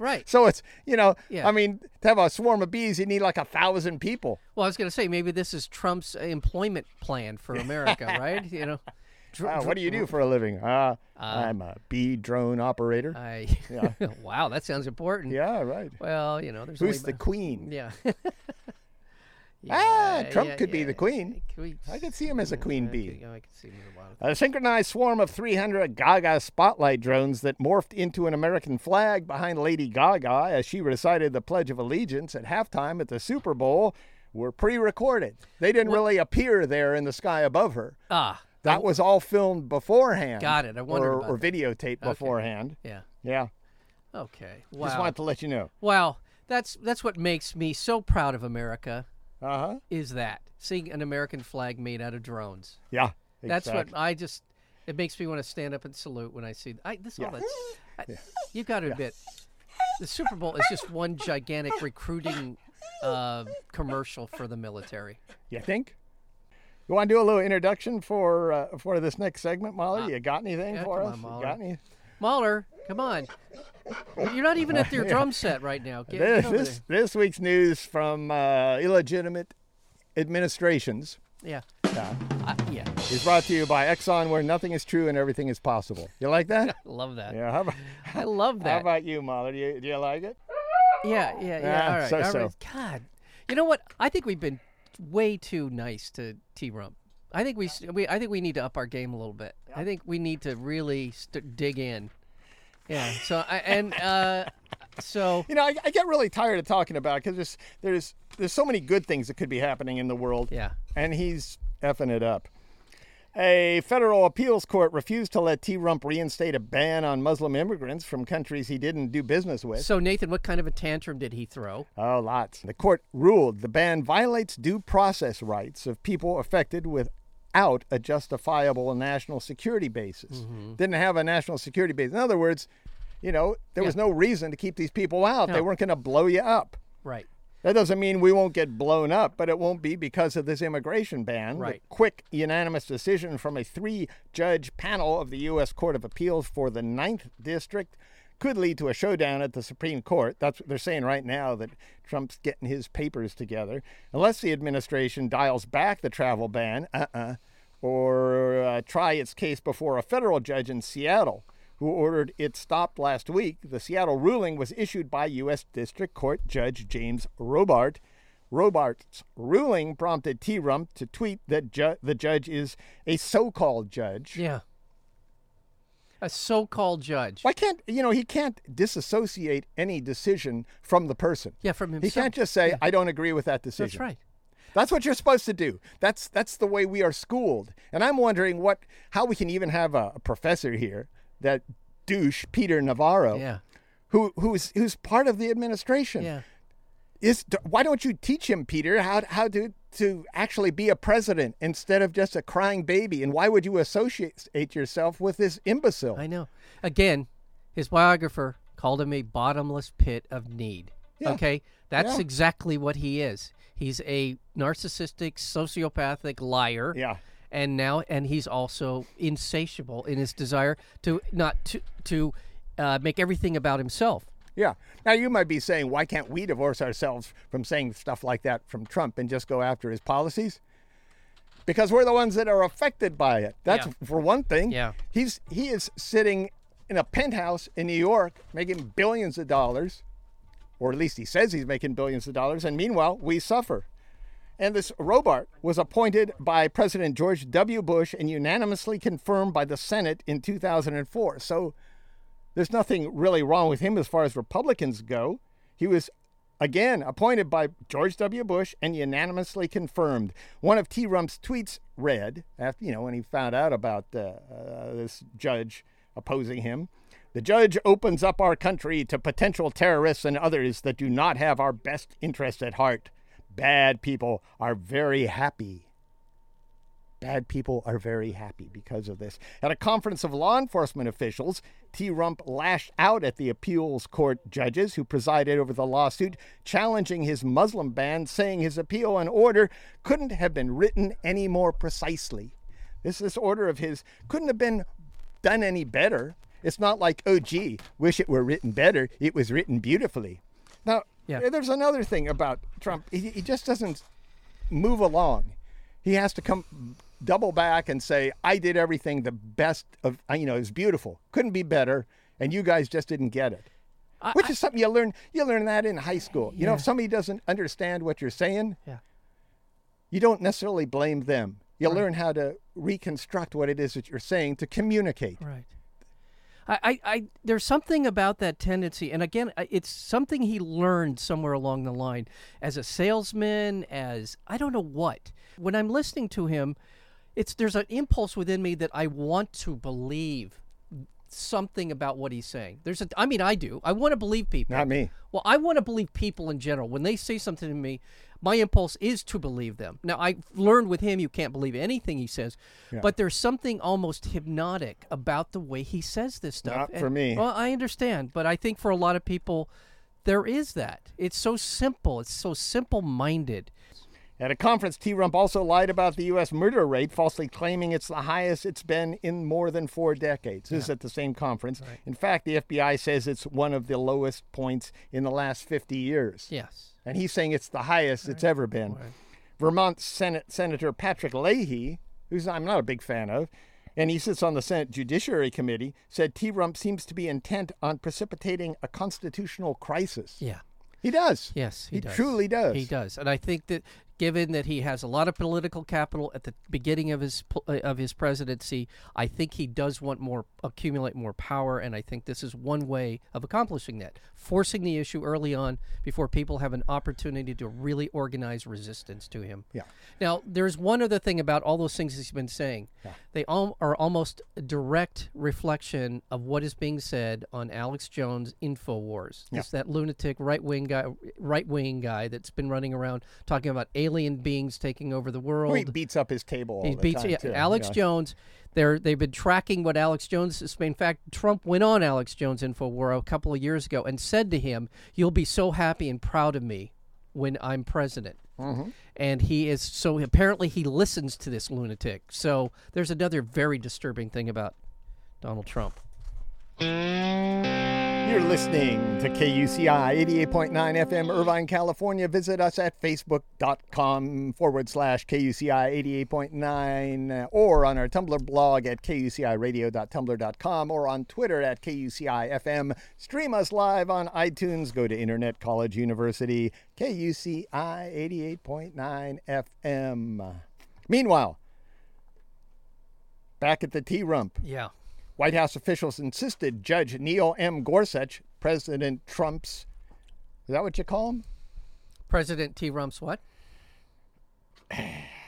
[SPEAKER 2] right.
[SPEAKER 1] So it's you know,
[SPEAKER 2] Yeah.
[SPEAKER 1] I mean, to have a swarm of bees, you need like a thousand people.
[SPEAKER 2] Well, I was going to say maybe this is Trump's employment plan for America, right? You know, dr-
[SPEAKER 1] Ah, what do you do for a living? Uh, I'm a bee drone operator.
[SPEAKER 2] I, wow, that sounds important.
[SPEAKER 1] yeah, right.
[SPEAKER 2] Well, you know, there's
[SPEAKER 1] Who's
[SPEAKER 2] only,
[SPEAKER 1] the queen?
[SPEAKER 2] yeah.
[SPEAKER 1] Ah,
[SPEAKER 2] Yeah,
[SPEAKER 1] Trump
[SPEAKER 2] yeah,
[SPEAKER 1] could be
[SPEAKER 2] yeah.
[SPEAKER 1] the queen.
[SPEAKER 2] Can we-
[SPEAKER 1] I could see him as a queen
[SPEAKER 2] I
[SPEAKER 1] bee.
[SPEAKER 2] could- oh, I could see him as a lot of-
[SPEAKER 1] A synchronized swarm of 300 Gaga spotlight drones that morphed into an American flag behind Lady Gaga as she recited the Pledge of Allegiance at halftime at the Super Bowl were pre recorded. They didn't really appear there in the sky above her.
[SPEAKER 2] Ah,
[SPEAKER 1] That was all filmed beforehand.
[SPEAKER 2] Got it. I wondered
[SPEAKER 1] Or,
[SPEAKER 2] about
[SPEAKER 1] or videotaped beforehand.
[SPEAKER 2] yeah.
[SPEAKER 1] Yeah.
[SPEAKER 2] Okay.
[SPEAKER 1] Just
[SPEAKER 2] Wow.
[SPEAKER 1] wanted to let you know.
[SPEAKER 2] Wow. That's that's what makes me so proud of America.
[SPEAKER 1] Uh huh.
[SPEAKER 2] Is that seeing an American flag made out of drones?
[SPEAKER 1] Yeah.
[SPEAKER 2] That's
[SPEAKER 1] exactly.
[SPEAKER 2] what I just. It makes me want to stand up and salute when I see. I, this all that's. I, You got to admit, the Super Bowl is just one gigantic recruiting uh, commercial for the military.
[SPEAKER 1] You think? You want to do a little introduction for uh, for this next segment, Molly? you got anything
[SPEAKER 2] Uh, yeah,
[SPEAKER 1] for us?
[SPEAKER 2] come on,
[SPEAKER 1] You
[SPEAKER 2] Mahler.
[SPEAKER 1] got any?
[SPEAKER 2] Mahler, come on! You're not even at your drum set right now. Get, get
[SPEAKER 1] This
[SPEAKER 2] over
[SPEAKER 1] this, this week's news from uh, illegitimate administrations
[SPEAKER 2] there. Yeah. I- yeah.
[SPEAKER 1] is brought to you by Exxon, where nothing is true and everything is possible. You like that?
[SPEAKER 2] Love that.
[SPEAKER 1] yeah. How about,
[SPEAKER 2] I love
[SPEAKER 1] how
[SPEAKER 2] that.
[SPEAKER 1] about you, Molly? Do you, do you like it?
[SPEAKER 2] Yeah, yeah, yeah.
[SPEAKER 1] Ah,
[SPEAKER 2] all right,
[SPEAKER 1] so,
[SPEAKER 2] all right.
[SPEAKER 1] so.
[SPEAKER 2] God, you know what? I think we've been way too nice to T Rump. I think we, s- we, I think we need to up our game a little bit. I think we need to really st- dig in. Yeah. So I and uh, so
[SPEAKER 1] You know, I, I get really tired of talking about because there's there's there's so many good things that could be happening in the world.
[SPEAKER 2] yeah.
[SPEAKER 1] and he's effing it up. A federal appeals court refused to let T. Rump reinstate a ban on Muslim immigrants from countries he didn't do business with.
[SPEAKER 2] So Nathan, what kind of a tantrum did he throw?
[SPEAKER 1] Oh, lots. The court ruled the ban violates due process rights of people affected without a justifiable national security basis. Didn't have a national security basis. In other words, you know, there was no reason to keep these people out. They weren't going to blow you up.
[SPEAKER 2] Right.
[SPEAKER 1] That doesn't mean we won't get blown up, but it won't be because of this immigration ban. The
[SPEAKER 2] Right.
[SPEAKER 1] quick, unanimous decision from a three judge panel of the U.S. Court of Appeals for the Ninth District could lead to a showdown at the Supreme Court. That's what they're saying right now that Trump's getting his papers together. Unless the administration dials back the travel ban, uh uh or uh, try its case before a federal judge in Seattle who ordered it stopped last week. The Seattle ruling was issued by U.S. District Court Judge James Robart, Robarts' ruling prompted T. Rump to tweet that ju- the judge is a so-called judge.
[SPEAKER 2] Yeah. A so-called judge.
[SPEAKER 1] Why can't you know he can't disassociate any decision from the person?
[SPEAKER 2] Yeah, from
[SPEAKER 1] He
[SPEAKER 2] himself.
[SPEAKER 1] can't just say I don't agree with that decision.
[SPEAKER 2] That's right.
[SPEAKER 1] That's what you're supposed to do. That's that's the way we are schooled. And I'm wondering what how we can even have a, a professor here that douche Peter Navarro
[SPEAKER 2] Yeah.
[SPEAKER 1] who who's who's part of the administration.
[SPEAKER 2] Yeah.
[SPEAKER 1] Is d- why don't you teach him Peter how how to to actually be a president instead of just a crying baby and why would you associate yourself with this imbecile?
[SPEAKER 2] I know. Again, his biographer called him a bottomless pit of need.
[SPEAKER 1] Yeah.
[SPEAKER 2] Okay? That's
[SPEAKER 1] Yeah.
[SPEAKER 2] exactly what he is. He's a narcissistic, sociopathic liar.
[SPEAKER 1] Yeah.
[SPEAKER 2] And now and he's also insatiable in his desire to not to to uh, make everything about himself.
[SPEAKER 1] Yeah. Now you might be saying, why can't we divorce ourselves from saying stuff like that from Trump and just go after his policies? Because we're the ones that are affected by it. That's
[SPEAKER 2] Yeah.
[SPEAKER 1] for one thing.
[SPEAKER 2] Yeah.
[SPEAKER 1] He's he is sitting in a penthouse in New York making billions of dollars, or at least he says he's making billions of dollars, and meanwhile we suffer. And this Robart was appointed by President George W. Bush and unanimously confirmed by the Senate in 2004. So there's nothing really wrong with him as far as Republicans go. He was again appointed by George W. Bush and unanimously confirmed. One of T. Rump's tweets read, after you know when he found out about uh, uh, this judge opposing him, the judge opens up our country to potential terrorists and others that do not have our best interest at heart. Bad people are very happy Bad people are very happy because of this. At a conference of law enforcement officials, T. Rump lashed out at the appeals court judges who presided over the lawsuit, challenging his Muslim ban, saying his appeal and order couldn't have been written any more precisely. This, this order of his couldn't have been done any better. It's not like, oh, gee, wish it were written better. It was written beautifully. Now,
[SPEAKER 2] Yeah.
[SPEAKER 1] there's another thing about Trump. He, he just doesn't move along. He has to come double back and say, "I did everything the best of I- you know. It was beautiful. Couldn't be better." And you guys just didn't get it, which is something you learn. You learn that in high school. You know, if somebody doesn't understand what you're saying,
[SPEAKER 2] Yeah.
[SPEAKER 1] you don't necessarily blame them. You learn how to reconstruct what it is that you're saying to communicate.
[SPEAKER 2] Right. I, I, I there's something about that tendency, and again, I- it's something he learned somewhere along the line as a salesman, as I don't know what. When I'm listening to him, it's there's an impulse within me that I want to believe something about what he's saying. There's a, I mean, I do. I want to believe people.
[SPEAKER 1] Not me.
[SPEAKER 2] Well, I want to believe people in general. When they say something to me, my impulse is to believe them. Now, I learned with him you can't believe anything he says, but there's something almost hypnotic about the way he says this stuff.
[SPEAKER 1] Not for me.
[SPEAKER 2] Well, I understand, but I think for a lot of people, there is that. It's so simple. It's so simple minded.
[SPEAKER 1] At a conference, T. Rump also lied about the U.S. murder rate, falsely claiming it's the highest it's been in more than four decades. This is at the same conference. In fact, the FBI says it's one of the lowest points in the last 50 years.
[SPEAKER 2] Yes.
[SPEAKER 1] And he's saying it's the highest it's ever been. Vermont Senate Senator Patrick Leahy, who's I'm not a big fan of, and he sits on the Senate Judiciary Committee, said T. Rump seems to be intent on precipitating a constitutional crisis.
[SPEAKER 2] Yeah.
[SPEAKER 1] He does.
[SPEAKER 2] Yes, he,
[SPEAKER 1] he
[SPEAKER 2] does.
[SPEAKER 1] truly does.
[SPEAKER 2] He does, and I think that given that he has a lot of political capital at the beginning of his pl- uh, of his presidency, I think he does want more accumulate more power, and I think this is one way of accomplishing that, forcing the issue early on before people have an opportunity to really organize resistance to him.
[SPEAKER 1] Yeah.
[SPEAKER 2] Now, there's one other thing about all those things he's been saying. They all are almost a direct reflection of what is being said on Alex Jones InfoWars. It's that lunatic right wing guy, right wing guy that's been running around talking about alien beings taking over the world.
[SPEAKER 1] Well, he beats up his table. All
[SPEAKER 2] He
[SPEAKER 1] the
[SPEAKER 2] beats
[SPEAKER 1] time,
[SPEAKER 2] yeah,
[SPEAKER 1] too.
[SPEAKER 2] Alex
[SPEAKER 1] Yeah.
[SPEAKER 2] Jones. They're they've been tracking what Alex Jones has been. In fact, Trump went on Alex Jones Infowar a couple of years ago and said to him, "You'll be so happy and proud of me when I'm president."
[SPEAKER 1] Mm-hmm.
[SPEAKER 2] And he is so apparently he listens to this lunatic. So there's another very disturbing thing about Donald Trump.
[SPEAKER 1] You You're listening to KUCI 88.9 FM, Irvine, California. Visit us at facebook.com forward slash KUCI 88.9 or on our Tumblr blog at kuciradio.tumblr.com or on Twitter at KUCI FM. Stream us live on iTunes. Go to Internet College University, KUCI 88.9 FM. Meanwhile, back at the T Rump.
[SPEAKER 2] Yeah.
[SPEAKER 1] White House officials insisted Judge Neil M. Gorsuch, President Trump's, is that what you call him?
[SPEAKER 2] President T. Rumps what?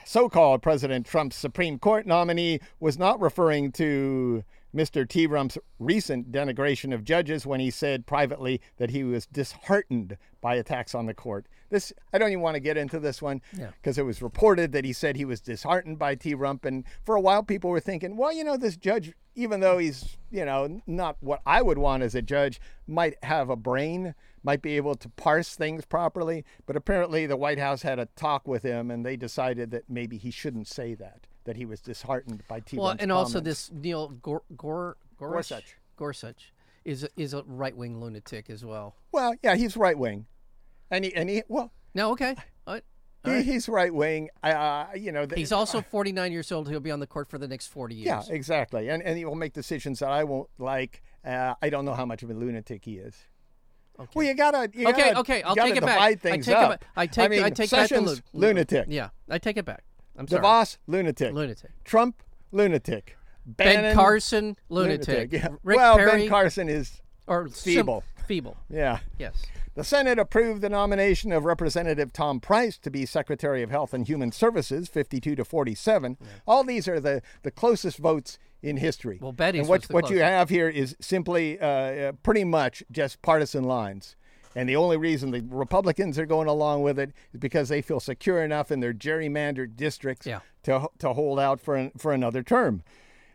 [SPEAKER 1] So called President Trump's Supreme Court nominee was not referring to Mr. T. Rump's recent denigration of judges when he said privately that he was disheartened by attacks on the court. This I don't even want to get into this one
[SPEAKER 2] Yeah.
[SPEAKER 1] because it was reported that he said he was disheartened by T. Rump, and for a while people were thinking, well, you know, this judge, even though he's you know not what I would want as a judge, might have a brain, might be able to parse things properly. But apparently, the White House had a talk with him, and they decided that maybe he shouldn't say that. That he was disheartened by T.
[SPEAKER 2] Well,
[SPEAKER 1] Rump's
[SPEAKER 2] and also
[SPEAKER 1] comments.
[SPEAKER 2] this Neil Gor- Gor- Gorsuch
[SPEAKER 1] Gorsuch.
[SPEAKER 2] Gorsuch is a, is a right wing lunatic as well.
[SPEAKER 1] Well, yeah, he's right wing, and he and he well,
[SPEAKER 2] No, okay. All right. All
[SPEAKER 1] he,
[SPEAKER 2] right.
[SPEAKER 1] he's right wing. Uh, you know, the,
[SPEAKER 2] He's also 49 years old. He'll be on the court for the next 40 years.
[SPEAKER 1] yeah, exactly, and and he will make decisions that I won't like. Uh, I don't know how much of a lunatic he is. Okay. Well, you gotta. You
[SPEAKER 2] Okay,
[SPEAKER 1] gotta-
[SPEAKER 2] okay,
[SPEAKER 1] you
[SPEAKER 2] I'll
[SPEAKER 1] gotta
[SPEAKER 2] take it back.
[SPEAKER 1] divide
[SPEAKER 2] I
[SPEAKER 1] Things
[SPEAKER 2] take it
[SPEAKER 1] up.
[SPEAKER 2] back. I take-
[SPEAKER 1] mean,
[SPEAKER 2] I take back the
[SPEAKER 1] Sessions,
[SPEAKER 2] lu-
[SPEAKER 1] lunatic.
[SPEAKER 2] Yeah, I take it back. I'm sorry.
[SPEAKER 1] DeVos, lunatic.
[SPEAKER 2] Lunatic.
[SPEAKER 1] Trump, lunatic.
[SPEAKER 2] Ben
[SPEAKER 1] Bannon,
[SPEAKER 2] Carson, lunatic.
[SPEAKER 1] Yeah.
[SPEAKER 2] Rick
[SPEAKER 1] well,
[SPEAKER 2] Perry,
[SPEAKER 1] Ben Carson is.
[SPEAKER 2] or sim-
[SPEAKER 1] feeble.
[SPEAKER 2] feeble.
[SPEAKER 1] Yeah.
[SPEAKER 2] Yes.
[SPEAKER 1] The Senate approved the nomination of Representative Tom Price to be Secretary of Health and Human Services, 52 to 47. All these are the, the closest votes in history.
[SPEAKER 2] Well, Betty's
[SPEAKER 1] and what,
[SPEAKER 2] was the
[SPEAKER 1] what you
[SPEAKER 2] closest.
[SPEAKER 1] have here is simply uh, uh, pretty much just partisan lines. And the only reason the Republicans are going along with it is because they feel secure enough in their gerrymandered districts
[SPEAKER 2] Yeah.
[SPEAKER 1] to, to hold out for, an, for another term.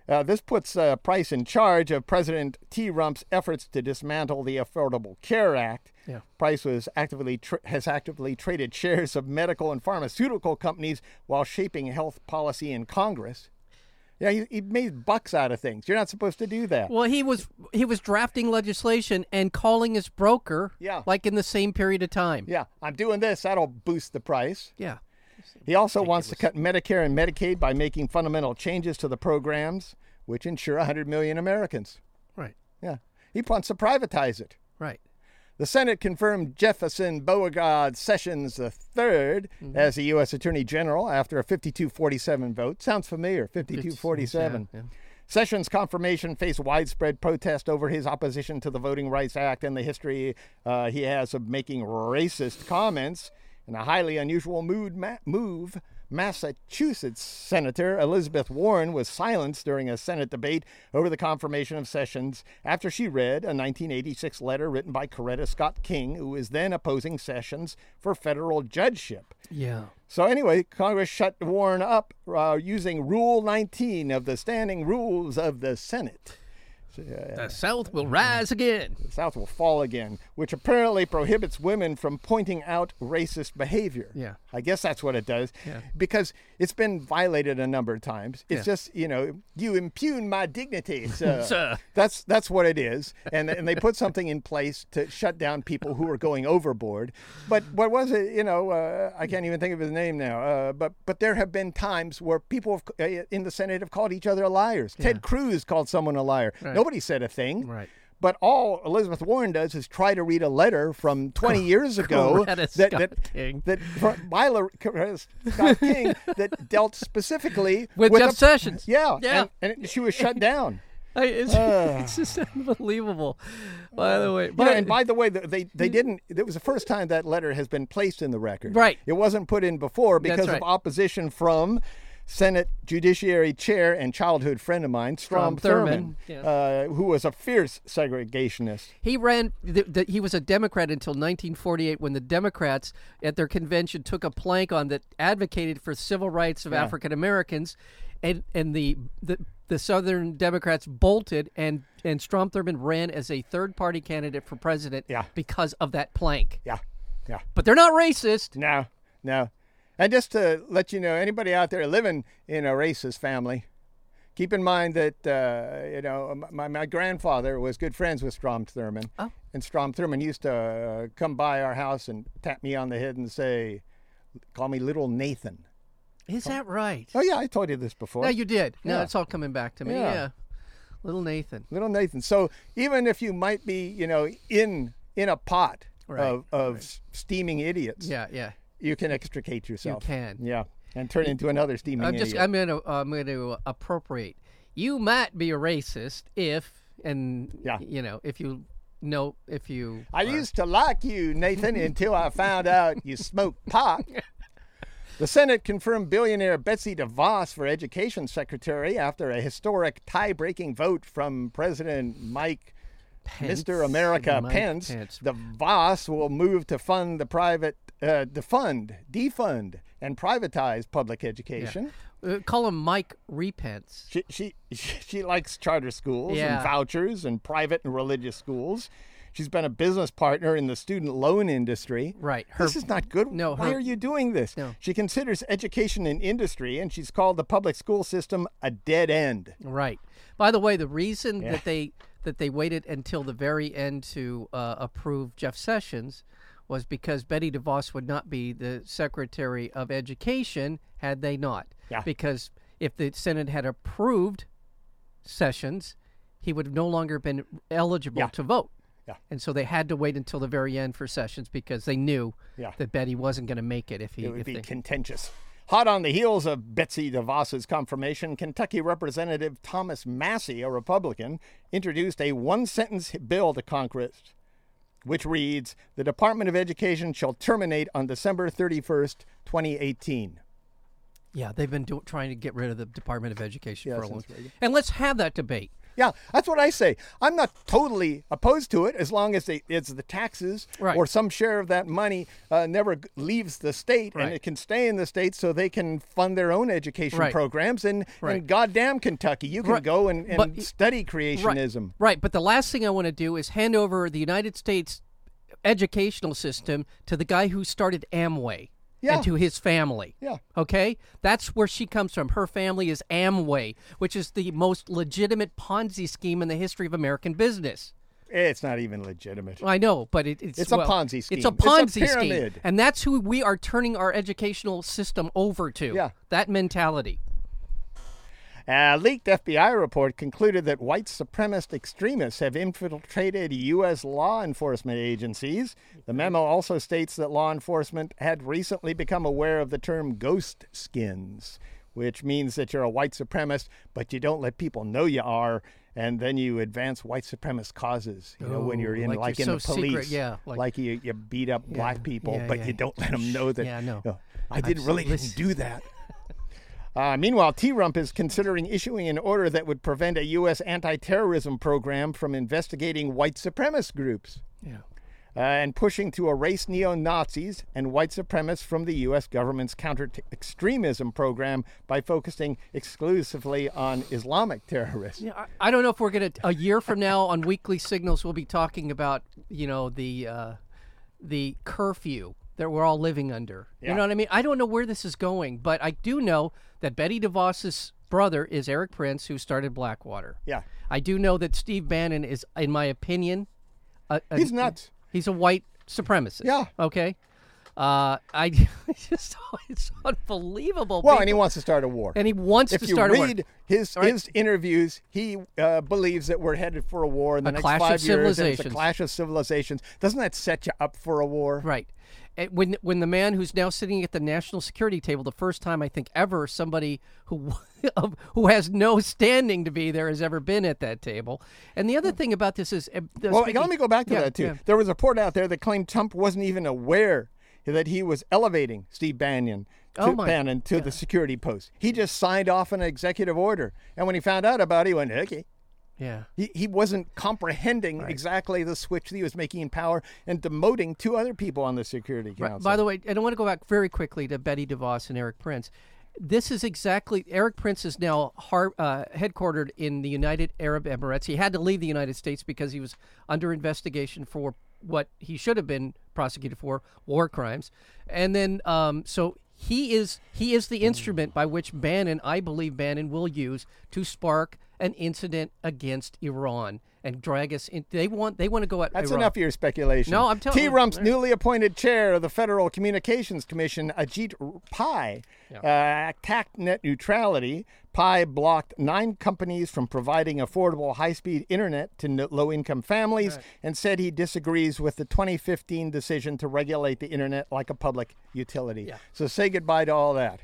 [SPEAKER 1] Uh, this puts uh, Price in charge of President T. Rump's efforts to dismantle the Affordable Care Act.
[SPEAKER 2] Yeah.
[SPEAKER 1] Price was actively tr has actively traded shares of medical and pharmaceutical companies while shaping health policy in Congress. Yeah, he, he made bucks out of things. You're not supposed to do that.
[SPEAKER 2] Well, he was he was drafting legislation and calling his broker.
[SPEAKER 1] Yeah.
[SPEAKER 2] Like in the same period of time.
[SPEAKER 1] yeah, I'm doing this. That'll boost the price.
[SPEAKER 2] Yeah.
[SPEAKER 1] He also wants to cut Medicare and Medicaid by making fundamental changes to the programs, which insure 100 million Americans.
[SPEAKER 2] Right.
[SPEAKER 1] Yeah, he wants to privatize it.
[SPEAKER 2] Right.
[SPEAKER 1] The Senate confirmed Jefferson Beauregard Sessions III as the U.S. Attorney General after a 52 47 vote. Sounds familiar, 52 47. Sessions' confirmation faced widespread protest over his opposition to the Voting Rights Act and the history uh, he has of making racist comments. In a highly unusual mood ma- move, Massachusetts Senator Elizabeth Warren was silenced during a Senate debate over the confirmation of Sessions after she read a 1986 letter written by Coretta Scott King, who was then opposing Sessions for federal judgeship.
[SPEAKER 2] Yeah.
[SPEAKER 1] So anyway, Congress shut Warren up uh, using Rule 19 of the Standing Rules of the Senate.
[SPEAKER 2] The South will rise again.
[SPEAKER 1] The South will fall again, which apparently prohibits women from pointing out racist behavior.
[SPEAKER 2] Yeah.
[SPEAKER 1] I guess that's what it does, because it's been violated a number of times. It's just you know you impugn my dignity, sir.
[SPEAKER 2] Sir.
[SPEAKER 1] That's that's what it is, and and they put something in place to shut down people who are going overboard. But what was it? You know, uh, I can't even think of his name now. Uh, but but there have been times where people have, uh, in the Senate have called each other liars. Ted Cruz called someone a liar. Nobody said a thing.
[SPEAKER 2] Right.
[SPEAKER 1] But all Elizabeth Warren does is try to read a letter from 20 years ago
[SPEAKER 2] Coretta
[SPEAKER 1] that,
[SPEAKER 2] Scott
[SPEAKER 1] that,
[SPEAKER 2] King.
[SPEAKER 1] that from Myla Coretta Scott King that dealt specifically
[SPEAKER 2] With Jeff
[SPEAKER 1] the-
[SPEAKER 2] Sessions.
[SPEAKER 1] Yeah,
[SPEAKER 2] Yeah.
[SPEAKER 1] and, and she was shut down.
[SPEAKER 2] I, it's, it's just unbelievable. By the way,
[SPEAKER 1] You know,
[SPEAKER 2] but
[SPEAKER 1] and by the way, th- they they didn't. It was the first time that letter has been placed in the record.
[SPEAKER 2] Right.
[SPEAKER 1] It wasn't put in before because
[SPEAKER 2] right.
[SPEAKER 1] of opposition from Senate Judiciary Chair and childhood friend of mine, Strom,
[SPEAKER 2] Thurmond, yeah.
[SPEAKER 1] uh, who was a fierce segregationist.
[SPEAKER 2] he ran. The, the, he was a Democrat until 1948, when the Democrats at their convention took a plank on that advocated for civil rights of African Americans, and and the, the the Southern Democrats bolted, and and Strom Thurmond ran as a third party candidate for president
[SPEAKER 1] Yeah.
[SPEAKER 2] because of that plank.
[SPEAKER 1] Yeah, yeah.
[SPEAKER 2] But they're not racist.
[SPEAKER 1] No, no. And just to let you know, anybody out there living in a racist family, Keep in mind that uh, you know m- my, my grandfather was good friends with Strom Thurmond,
[SPEAKER 2] Oh.
[SPEAKER 1] and Strom Thurmond used to uh, come by our house and tap me on the head and say, "Call me Little Nathan."
[SPEAKER 2] Is that right?
[SPEAKER 1] Oh yeah, I told you this before.
[SPEAKER 2] No, you did. No,
[SPEAKER 1] Yeah.
[SPEAKER 2] it's all coming back to me.
[SPEAKER 1] Yeah.
[SPEAKER 2] Yeah. Little Nathan.
[SPEAKER 1] little Nathan. So even if you might be, you know, in in a pot
[SPEAKER 2] Right,
[SPEAKER 1] of, of s- steaming idiots,
[SPEAKER 2] Yeah, yeah.
[SPEAKER 1] you can extricate yourself.
[SPEAKER 2] can.
[SPEAKER 1] Yeah, and turn into another steaming
[SPEAKER 2] I'm just
[SPEAKER 1] idiot.
[SPEAKER 2] I'm going to I'm going to appropriate. You might be a racist if and
[SPEAKER 1] Yeah.
[SPEAKER 2] you know, if you know if you
[SPEAKER 1] I used to like you, Nathan, until I found out you smoked pot. The Senate confirmed billionaire Betsy DeVos for Education Secretary after a historic tie breaking vote from President Mike. Mr. America
[SPEAKER 2] Mike
[SPEAKER 1] Pence,
[SPEAKER 2] Pence.
[SPEAKER 1] the Voss will move to fund the private, uh, defund, defund, and privatize public education.
[SPEAKER 2] uh, call him Mike Repents.
[SPEAKER 1] She, she she likes charter schools and
[SPEAKER 2] Yeah.
[SPEAKER 1] vouchers and private and religious schools. She's been a business partner in the student loan industry.
[SPEAKER 2] Right, her-
[SPEAKER 1] this is not good.
[SPEAKER 2] no,
[SPEAKER 1] Why
[SPEAKER 2] her-
[SPEAKER 1] are you doing this?
[SPEAKER 2] No.
[SPEAKER 1] She considers education an industry, and she's called the public school system a dead end.
[SPEAKER 2] Right. By the way, the reason that they that they waited until the very end to uh, approve Jeff Sessions was because Betty DeVos would not be the Secretary of Education had they not.
[SPEAKER 1] Yeah.
[SPEAKER 2] Because if the Senate had approved Sessions, he would have no longer been eligible
[SPEAKER 1] Yeah.
[SPEAKER 2] to vote.
[SPEAKER 1] Yeah.
[SPEAKER 2] And so they had to wait until the very end for Sessions because they knew
[SPEAKER 1] Yeah.
[SPEAKER 2] that Betty wasn't going to make it if he
[SPEAKER 1] It would
[SPEAKER 2] if
[SPEAKER 1] be
[SPEAKER 2] they,
[SPEAKER 1] contentious. Hot on the heels of Betsy DeVos's confirmation, Kentucky Representative Thomas Massey, a Republican, introduced a one sentence bill to Congress, which reads The Department of Education shall terminate on December 31st, 2018.
[SPEAKER 2] Yeah, they've been do- trying to get rid of the Department of Education
[SPEAKER 1] Yeah,
[SPEAKER 2] for a long
[SPEAKER 1] since
[SPEAKER 2] time.
[SPEAKER 1] Reagan.
[SPEAKER 2] And let's have that debate.
[SPEAKER 1] Yeah, that's what I say. I'm not totally opposed to it as long as they, it's the taxes
[SPEAKER 2] Right.
[SPEAKER 1] or some share of that money uh, never g- leaves the state and
[SPEAKER 2] Right.
[SPEAKER 1] it can stay in the state so they can fund their own education
[SPEAKER 2] Right.
[SPEAKER 1] programs. And,
[SPEAKER 2] Right.
[SPEAKER 1] and goddamn Kentucky, you can
[SPEAKER 2] Right.
[SPEAKER 1] go and, and
[SPEAKER 2] But-
[SPEAKER 1] study creationism.
[SPEAKER 2] Right, right, but the last thing I want to do is hand over the United States educational system to the guy who started Amway
[SPEAKER 1] Yeah.
[SPEAKER 2] and to his family.
[SPEAKER 1] Yeah.
[SPEAKER 2] Okay? That's where she comes from. Her family is Amway, which is the most legitimate Ponzi scheme in the history of American business.
[SPEAKER 1] It's not even legitimate.
[SPEAKER 2] I know, but it, it's
[SPEAKER 1] It's a
[SPEAKER 2] well,
[SPEAKER 1] Ponzi
[SPEAKER 2] It's a
[SPEAKER 1] scheme. It's a
[SPEAKER 2] Ponzi scheme,
[SPEAKER 1] pyramid.
[SPEAKER 2] and that's who we are turning our educational system over to.
[SPEAKER 1] Yeah.
[SPEAKER 2] that mentality.
[SPEAKER 1] A leaked FBI report concluded that white supremacist extremists have infiltrated U.S. law enforcement agencies. The memo also states that law enforcement had recently become aware of the term ghost skins, which means that you're a white supremacist, but you don't let people know you are, and then you advance white supremacist causes. You know, when
[SPEAKER 2] Ooh,
[SPEAKER 1] you're in, like,
[SPEAKER 2] Oh, like
[SPEAKER 1] in
[SPEAKER 2] you're
[SPEAKER 1] the
[SPEAKER 2] so
[SPEAKER 1] police,
[SPEAKER 2] secret, yeah,
[SPEAKER 1] like,
[SPEAKER 2] like-
[SPEAKER 1] you, you beat up black people,
[SPEAKER 2] yeah,
[SPEAKER 1] but
[SPEAKER 2] yeah.
[SPEAKER 1] you don't let them know that.
[SPEAKER 2] Yeah, I know.
[SPEAKER 1] "Oh, I didn't really didn't
[SPEAKER 2] listen.
[SPEAKER 1] do that. Uh, meanwhile, T Rump is considering issuing an order that would prevent a U.S. anti terrorism program from investigating white supremacist groups
[SPEAKER 2] Yeah.
[SPEAKER 1] uh, and pushing to erase neo Nazis and white supremacists from the U.S. government's counter t- extremism program by focusing exclusively on Islamic terrorists.
[SPEAKER 2] Yeah, I, I don't know if we're gonna a year from now on Weekly Signals we'll be talking about you know the uh, the curfew that we're all living under.
[SPEAKER 1] Yeah.
[SPEAKER 2] You know what I mean? I don't know where this is going, but I do know that Betty DeVos's brother is Eric Prince, who started Blackwater.
[SPEAKER 1] Yeah.
[SPEAKER 2] I do know that Steve Bannon is, in my opinion, a, a-
[SPEAKER 1] He's nuts.
[SPEAKER 2] He's a white supremacist.
[SPEAKER 1] Yeah.
[SPEAKER 2] Okay. Uh, I it's just it's unbelievable.
[SPEAKER 1] Well,
[SPEAKER 2] people.
[SPEAKER 1] and he wants to start a war.
[SPEAKER 2] and he wants
[SPEAKER 1] if
[SPEAKER 2] to
[SPEAKER 1] you
[SPEAKER 2] start a war.
[SPEAKER 1] read his his interviews, he uh, believes that we're headed for a war in the next
[SPEAKER 2] clash of
[SPEAKER 1] five years. and It's a
[SPEAKER 2] civilizations.
[SPEAKER 1] clash of civilizations. Doesn't that set you up for a war?
[SPEAKER 2] Right. And when when the man who's now sitting at the national security table, the first time I think ever somebody who of- who has no standing to be there has ever been at that table. And the other thing about this is, uh, the-
[SPEAKER 1] Hmm. Well,
[SPEAKER 2] speaking-
[SPEAKER 1] let me go back to
[SPEAKER 2] Yeah,
[SPEAKER 1] that too.
[SPEAKER 2] yeah.
[SPEAKER 1] There was a report out there that claimed Trump wasn't even aware that he was elevating Steve Bannon to,
[SPEAKER 2] Oh, my
[SPEAKER 1] Bannon to the security post. He just signed off an executive order, and when he found out about it, he went, "Okay."
[SPEAKER 2] Yeah.
[SPEAKER 1] He, he wasn't comprehending exactly the switch that he was making in power and demoting two other people on the Security Council.
[SPEAKER 2] By the way, and I want to go back very quickly to Betty DeVos and Eric Prince. This is exactly Eric Prince is now har, uh, headquartered in the United Arab Emirates. He had to leave the United States because he was under investigation for what he should have been prosecuted for war crimes, and then um, so He is he is the instrument by which Bannon, I believe Bannon will use to spark an incident against Iran and drag us in. They want they want to go at
[SPEAKER 1] That's
[SPEAKER 2] Iran.
[SPEAKER 1] enough of your speculation.
[SPEAKER 2] No, I'm telling-
[SPEAKER 1] T. Rump's newly appointed chair of the Federal Communications Commission, Ajit R- Pai, uh, attacked net neutrality. Pai blocked nine companies from providing affordable high-speed internet to n- low-income families, and said he disagrees with the 2015 decision to regulate the internet like a public utility. So say goodbye to all that.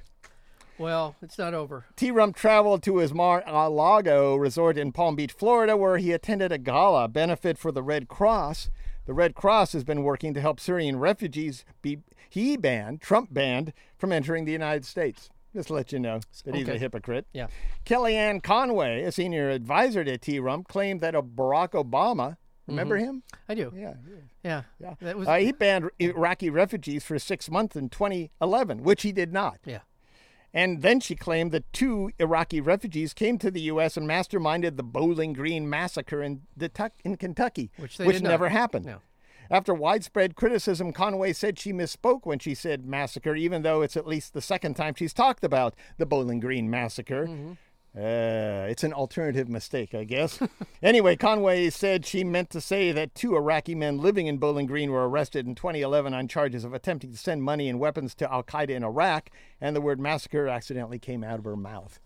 [SPEAKER 2] Well, it's not over.
[SPEAKER 1] T. Rump traveled to his Mar-a-Lago resort in Palm Beach, Florida, where he attended a gala benefit for the Red Cross. The Red Cross has been working to help Syrian refugees be he banned, Trump banned, from entering the United States. Just to let you know that he's a
[SPEAKER 2] Okay.
[SPEAKER 1] hypocrite.
[SPEAKER 2] Yeah.
[SPEAKER 1] Kellyanne Conway, a senior advisor to T. Rump, claimed that a Barack Obama, remember him?
[SPEAKER 2] I do.
[SPEAKER 1] Yeah.
[SPEAKER 2] Yeah.
[SPEAKER 1] yeah.
[SPEAKER 2] That was
[SPEAKER 1] Uh, he banned Iraqi refugees for six months in 2011, which he did not.
[SPEAKER 2] yeah.
[SPEAKER 1] And then she claimed that two Iraqi refugees came to the U.S. and masterminded the Bowling Green massacre in, Detuck- in Kentucky,
[SPEAKER 2] Which they did not.
[SPEAKER 1] never happened.
[SPEAKER 2] No.
[SPEAKER 1] After widespread criticism, Conway said she misspoke when she said massacre, even though it's at least the second time she's talked about the Bowling Green massacre. Uh, it's an alternative mistake, I guess. anyway, Conway said she meant to say that two Iraqi men living in Bowling Green were arrested in 2011 on charges of attempting to send money and weapons to Al Qaeda in Iraq, and the word massacre accidentally came out of her mouth.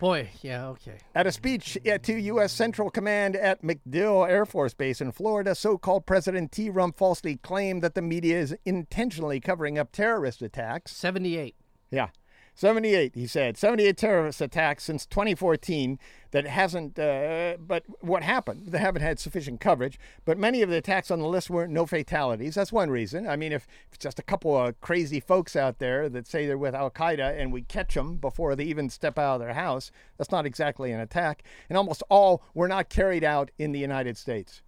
[SPEAKER 2] Boy, yeah, okay.
[SPEAKER 1] At a speech at- to U.S. Central Command at MacDill Air Force Base in Florida, so called President T. Rump falsely claimed that the media is intentionally covering up terrorist attacks.
[SPEAKER 2] 78.
[SPEAKER 1] Yeah. 78, he said. 78 terrorist attacks since 2014 that hasn't, uh, but what happened? They haven't had sufficient coverage, but many of the attacks on the list were no fatalities. That's one reason. I mean, if it's just a couple of crazy folks out there that say they're with Al Qaeda and we catch them before they even step out of their house, that's not exactly an attack. And almost all were not carried out in the United States.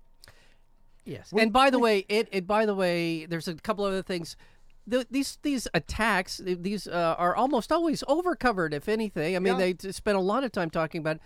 [SPEAKER 2] Yes. and by the way, it, it by the way, there's a couple other things. Th these these attacks th- these uh, are almost always overcovered, if anything. I mean, they t- spent a lot of time talking about. It.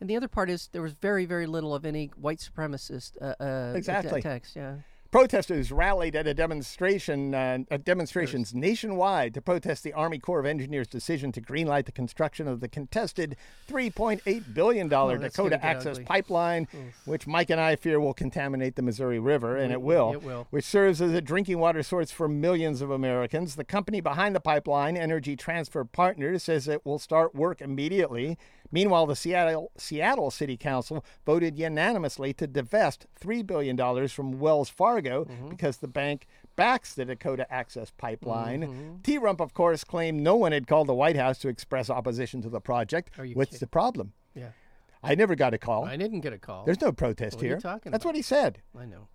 [SPEAKER 2] And the other part is there was very very little of any white supremacist uh, uh,
[SPEAKER 1] Exactly.
[SPEAKER 2] attacks. Yeah.
[SPEAKER 1] Protesters rallied at a demonstration, uh, at demonstrations nationwide to protest the Army Corps of Engineers' decision to greenlight the construction of the contested $3.8 billion
[SPEAKER 2] Oh, that's gonna
[SPEAKER 1] Dakota
[SPEAKER 2] get
[SPEAKER 1] Access
[SPEAKER 2] ugly.
[SPEAKER 1] Pipeline, which Mike and I fear will contaminate the Missouri River, and it will,
[SPEAKER 2] it will.
[SPEAKER 1] which serves as a drinking water source for millions of Americans. The company behind the pipeline, Energy Transfer Partners, says it will start work immediately. Meanwhile, the Seattle, Seattle City Council voted unanimously to divest $3 billion from Wells Fargo
[SPEAKER 2] Mm-hmm.
[SPEAKER 1] because the bank backs the Dakota Access Pipeline.
[SPEAKER 2] Mm-hmm.
[SPEAKER 1] T Rump, of course, claimed no one had called the White House to express opposition to the project.
[SPEAKER 2] you
[SPEAKER 1] What's the problem?
[SPEAKER 2] Yeah.
[SPEAKER 1] I never got a call.
[SPEAKER 2] I didn't get a call.
[SPEAKER 1] There's no protest
[SPEAKER 2] are you
[SPEAKER 1] here.
[SPEAKER 2] talking
[SPEAKER 1] That's
[SPEAKER 2] about?
[SPEAKER 1] what he said.
[SPEAKER 2] I know.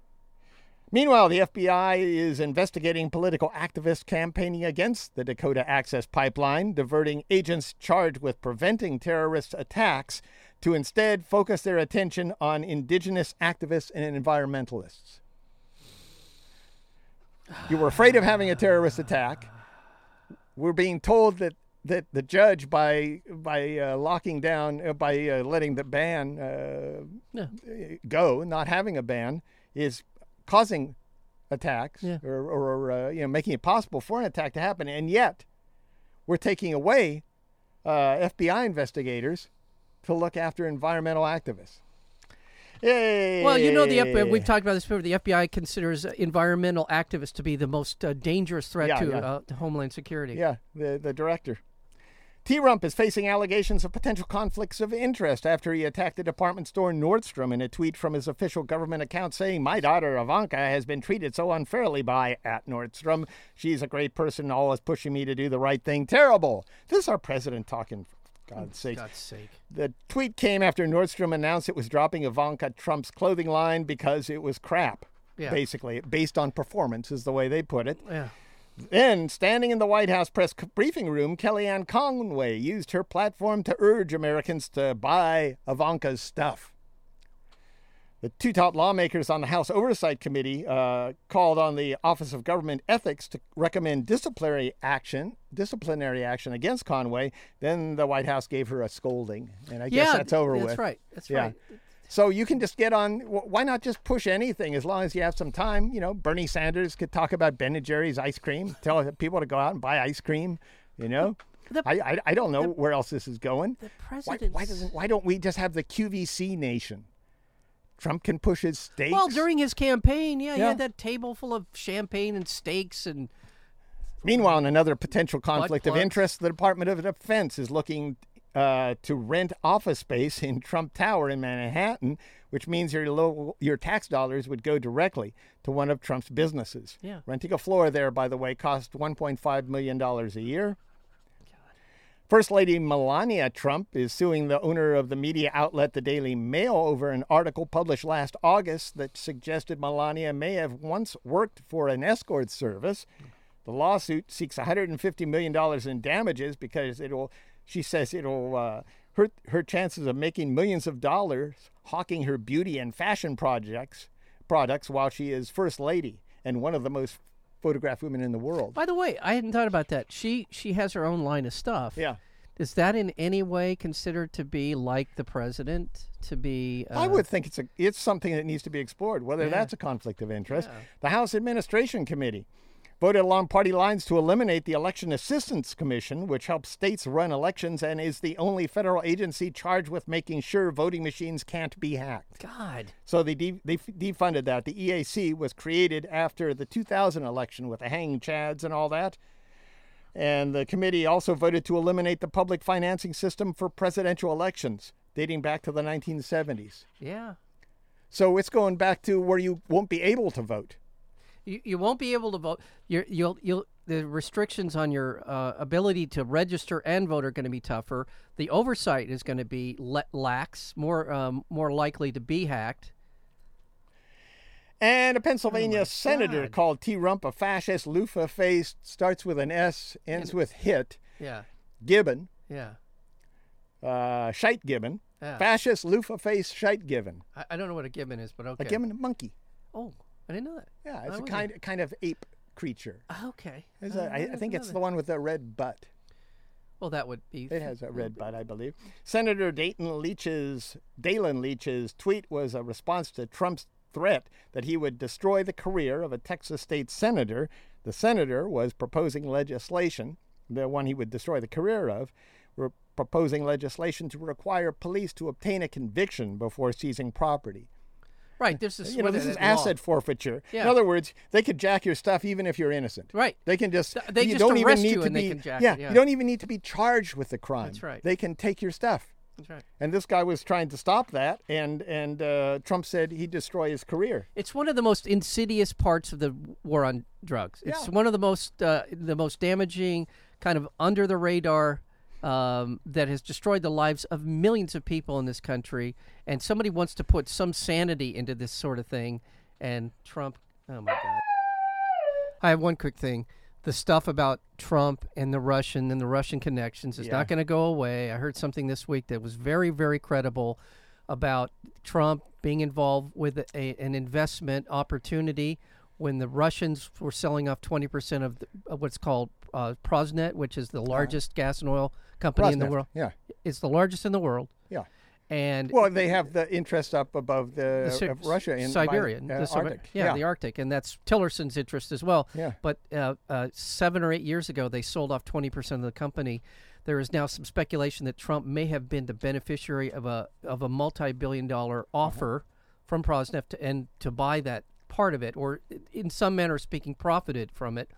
[SPEAKER 1] Meanwhile, the FBI is investigating political activists campaigning against the Dakota Access Pipeline, diverting agents charged with preventing terrorist attacks to instead focus their attention on indigenous activists and environmentalists. You were afraid of having a terrorist attack. We're being told that, that the judge, by, by uh, locking down, uh, by uh, letting the ban uh,
[SPEAKER 2] Yeah.
[SPEAKER 1] go, not having a ban, is causing attacks
[SPEAKER 2] Yeah.
[SPEAKER 1] or, or, or uh, you know making it possible for an attack to happen, and yet we're taking away uh, FBI investigators to look after environmental activists. Yay!
[SPEAKER 2] Well, you know the FBI, we've talked about this before. The FBI considers environmental activists to be the most uh, dangerous threat
[SPEAKER 1] Yeah,
[SPEAKER 2] to,
[SPEAKER 1] yeah.
[SPEAKER 2] Uh, to homeland security.
[SPEAKER 1] Yeah, the, the director. T. Rump is facing allegations of potential conflicts of interest after he attacked the department store Nordstrom in a tweet from his official government account saying, My daughter Ivanka has been treated so unfairly by at Nordstrom. She's a great person, always pushing me to do the right thing. Terrible. This is our president talking, for God's sake.
[SPEAKER 2] God's sake.
[SPEAKER 1] The tweet came after Nordstrom announced it was dropping Ivanka Trump's clothing line because it was crap.
[SPEAKER 2] Yeah.
[SPEAKER 1] Basically, based on performance, is the way they put it.
[SPEAKER 2] Yeah.
[SPEAKER 1] Then, standing in the White House press c- briefing room, Kellyanne Conway used her platform to urge Americans to buy Ivanka's stuff. The two top lawmakers on the House Oversight Committee uh, called on the Office of Government Ethics to recommend disciplinary action, disciplinary action against Conway. Then the White House gave her a scolding, and I guess
[SPEAKER 2] yeah.
[SPEAKER 1] that's over
[SPEAKER 2] that's
[SPEAKER 1] with.
[SPEAKER 2] right. That's
[SPEAKER 1] Yeah.
[SPEAKER 2] right.
[SPEAKER 1] So you can just get on. wh- Why not just push anything as long as you have some time? You know, Bernie Sanders could talk about Ben and Jerry's ice cream, tell people to go out and buy ice cream. You know,
[SPEAKER 2] The-
[SPEAKER 1] I, I I don't know where else this is going.
[SPEAKER 2] The
[SPEAKER 1] Why,
[SPEAKER 2] president's
[SPEAKER 1] why doesn't why don't we just have the QVC nation? Trump can push his stakes.
[SPEAKER 2] well during his campaign, yeah, he
[SPEAKER 1] Yeah.
[SPEAKER 2] had that table full of champagne and steaks and
[SPEAKER 1] Meanwhile, in another potential conflict of
[SPEAKER 2] plugs.
[SPEAKER 1] interest, the Department of Defense is looking uh, to rent office space in Trump Tower in Manhattan, which means your local, your tax dollars would go directly to one of Trump's businesses.
[SPEAKER 2] Yeah.
[SPEAKER 1] Renting a floor there, by the way, costs 1.5 million dollars a year. First Lady Melania Trump is suing the owner of the media outlet The Daily Mail over an article published last August that suggested Melania may have once worked for an escort service. The lawsuit seeks $150 million in damages because it'll, she says, it'll uh, hurt her chances of making millions of dollars hawking her beauty and fashion projects, products while she is First Lady and one of the most photographed women in the world.
[SPEAKER 2] By the way, I hadn't thought about that. She she has her own line of stuff.
[SPEAKER 1] Yeah.
[SPEAKER 2] Is that in any way considered to be like the president? To be uh,
[SPEAKER 1] I would think it's a it's something that needs to be explored, whether that's a conflict of interest. The House Administration Committee voted along party lines to eliminate the Election Assistance Commission, which helps states run elections and is the only federal agency charged with making sure voting machines can't be hacked.
[SPEAKER 2] God.
[SPEAKER 1] So they, de- they f- defunded that. The EAC was created after the 2000 election with the hanging chads and all that. And the committee also voted to eliminate the public financing system for presidential elections dating back to the 1970s.
[SPEAKER 2] Yeah.
[SPEAKER 1] So it's going back to where you won't be able to vote.
[SPEAKER 2] You, you won't be able to vote. You're, you'll you'll the restrictions on your uh, ability to register and vote are going to be tougher. The oversight is going to be le- lax, more um, more likely to be hacked.
[SPEAKER 1] And a
[SPEAKER 2] Oh
[SPEAKER 1] Pennsylvania senator called T. Rump a fascist, loofah faced, starts with an S, ends with hit,
[SPEAKER 2] Yeah.
[SPEAKER 1] Gibbon,
[SPEAKER 2] Yeah.
[SPEAKER 1] uh, Shite Gibbon,
[SPEAKER 2] Yeah.
[SPEAKER 1] fascist, loofah faced, Shite Gibbon.
[SPEAKER 2] I, I don't know what a gibbon is, but okay.
[SPEAKER 1] A gibbon, a monkey.
[SPEAKER 2] Oh, I didn't know that.
[SPEAKER 1] Yeah,
[SPEAKER 2] I
[SPEAKER 1] it's a
[SPEAKER 2] wasn't-
[SPEAKER 1] kind, kind of ape creature.
[SPEAKER 2] Okay.
[SPEAKER 1] It's
[SPEAKER 2] Uh,
[SPEAKER 1] a- I I
[SPEAKER 2] didn't
[SPEAKER 1] think
[SPEAKER 2] know
[SPEAKER 1] it's
[SPEAKER 2] that.
[SPEAKER 1] the one with the red butt.
[SPEAKER 2] Well, that would be.
[SPEAKER 1] It has a red butt, I believe. Senator Dayton Leach's, Dalen Leach's tweet was a response to Trump's threat that he would destroy the career of a Texas state senator. The senator was proposing legislation, the one he would destroy the career of, were proposing legislation to require police to obtain a conviction before seizing property.
[SPEAKER 2] Right. This is
[SPEAKER 1] You know,
[SPEAKER 2] where
[SPEAKER 1] this
[SPEAKER 2] that
[SPEAKER 1] is
[SPEAKER 2] law-
[SPEAKER 1] asset forfeiture. In
[SPEAKER 2] Yeah.
[SPEAKER 1] other words, they could jack your stuff even if you're innocent.
[SPEAKER 2] Right.
[SPEAKER 1] They can just
[SPEAKER 2] Th- they
[SPEAKER 1] you
[SPEAKER 2] just
[SPEAKER 1] don't even
[SPEAKER 2] arrest
[SPEAKER 1] need
[SPEAKER 2] you
[SPEAKER 1] to
[SPEAKER 2] and
[SPEAKER 1] be
[SPEAKER 2] they can jack it, yeah.
[SPEAKER 1] you don't even need to be charged with the crime.
[SPEAKER 2] That's right.
[SPEAKER 1] They can take your stuff.
[SPEAKER 2] That's right.
[SPEAKER 1] And this guy was trying to stop that, and and uh, Trump said he'd destroy his career.
[SPEAKER 2] It's one of the most insidious parts of the war on drugs. It's
[SPEAKER 1] Yeah.
[SPEAKER 2] one of the most uh, the most damaging, kind of under the radar, um, that has destroyed the lives of millions of people in this country. And somebody wants to put some sanity into this sort of thing, and Trump. Oh my God. I have one quick thing. The stuff about Trump and the Russian and the Russian connections is not going to go away. I heard something this week that was very, very credible about Trump being involved with a, an investment opportunity when the Russians were selling off 20% of, the, of what's called uh, Prosnet, which is the largest gas and oil company in the
[SPEAKER 1] Rosneft.
[SPEAKER 2] world.
[SPEAKER 1] Yeah.
[SPEAKER 2] It's the largest in the world.
[SPEAKER 1] Yeah.
[SPEAKER 2] And
[SPEAKER 1] Well, they have the interest up above the,
[SPEAKER 2] Si-
[SPEAKER 1] of Russia in by-
[SPEAKER 2] Siberia,
[SPEAKER 1] uh,
[SPEAKER 2] the Siber-
[SPEAKER 1] Arctic.
[SPEAKER 2] Yeah, the Arctic, and that's Tillerson's interest as well.
[SPEAKER 1] Yeah.
[SPEAKER 2] But uh, uh, seven or eight years ago, they sold off twenty percent of the company. There is now some speculation that Trump may have been the beneficiary of a of a multi-billion-dollar
[SPEAKER 1] Uh-huh.
[SPEAKER 2] offer from Prosneft to, and to buy that part of it, or in some manner speaking, profited from it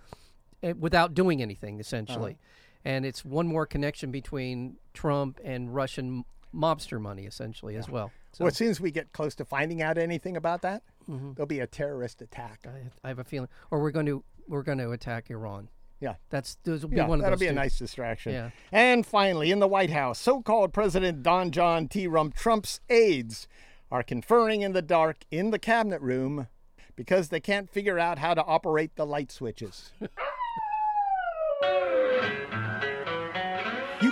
[SPEAKER 2] eh, without doing anything essentially.
[SPEAKER 1] Uh-huh.
[SPEAKER 2] And it's one more connection between Trump and Russian mobster money essentially as well. So
[SPEAKER 1] Well, as soon as we get close to finding out anything about that,
[SPEAKER 2] Mm-hmm.
[SPEAKER 1] there'll be a terrorist attack.
[SPEAKER 2] I, I have a feeling, or we're going to we're going to attack Iran.
[SPEAKER 1] yeah.
[SPEAKER 2] That's those will be
[SPEAKER 1] yeah,
[SPEAKER 2] one of
[SPEAKER 1] that'll
[SPEAKER 2] those.
[SPEAKER 1] be a
[SPEAKER 2] two.
[SPEAKER 1] nice distraction.
[SPEAKER 2] Yeah.
[SPEAKER 1] And finally, in the White House, so-called President Don John T. Rump Trump's aides are conferring in the dark in the cabinet room because they can't figure out how to operate the light switches.
[SPEAKER 4] You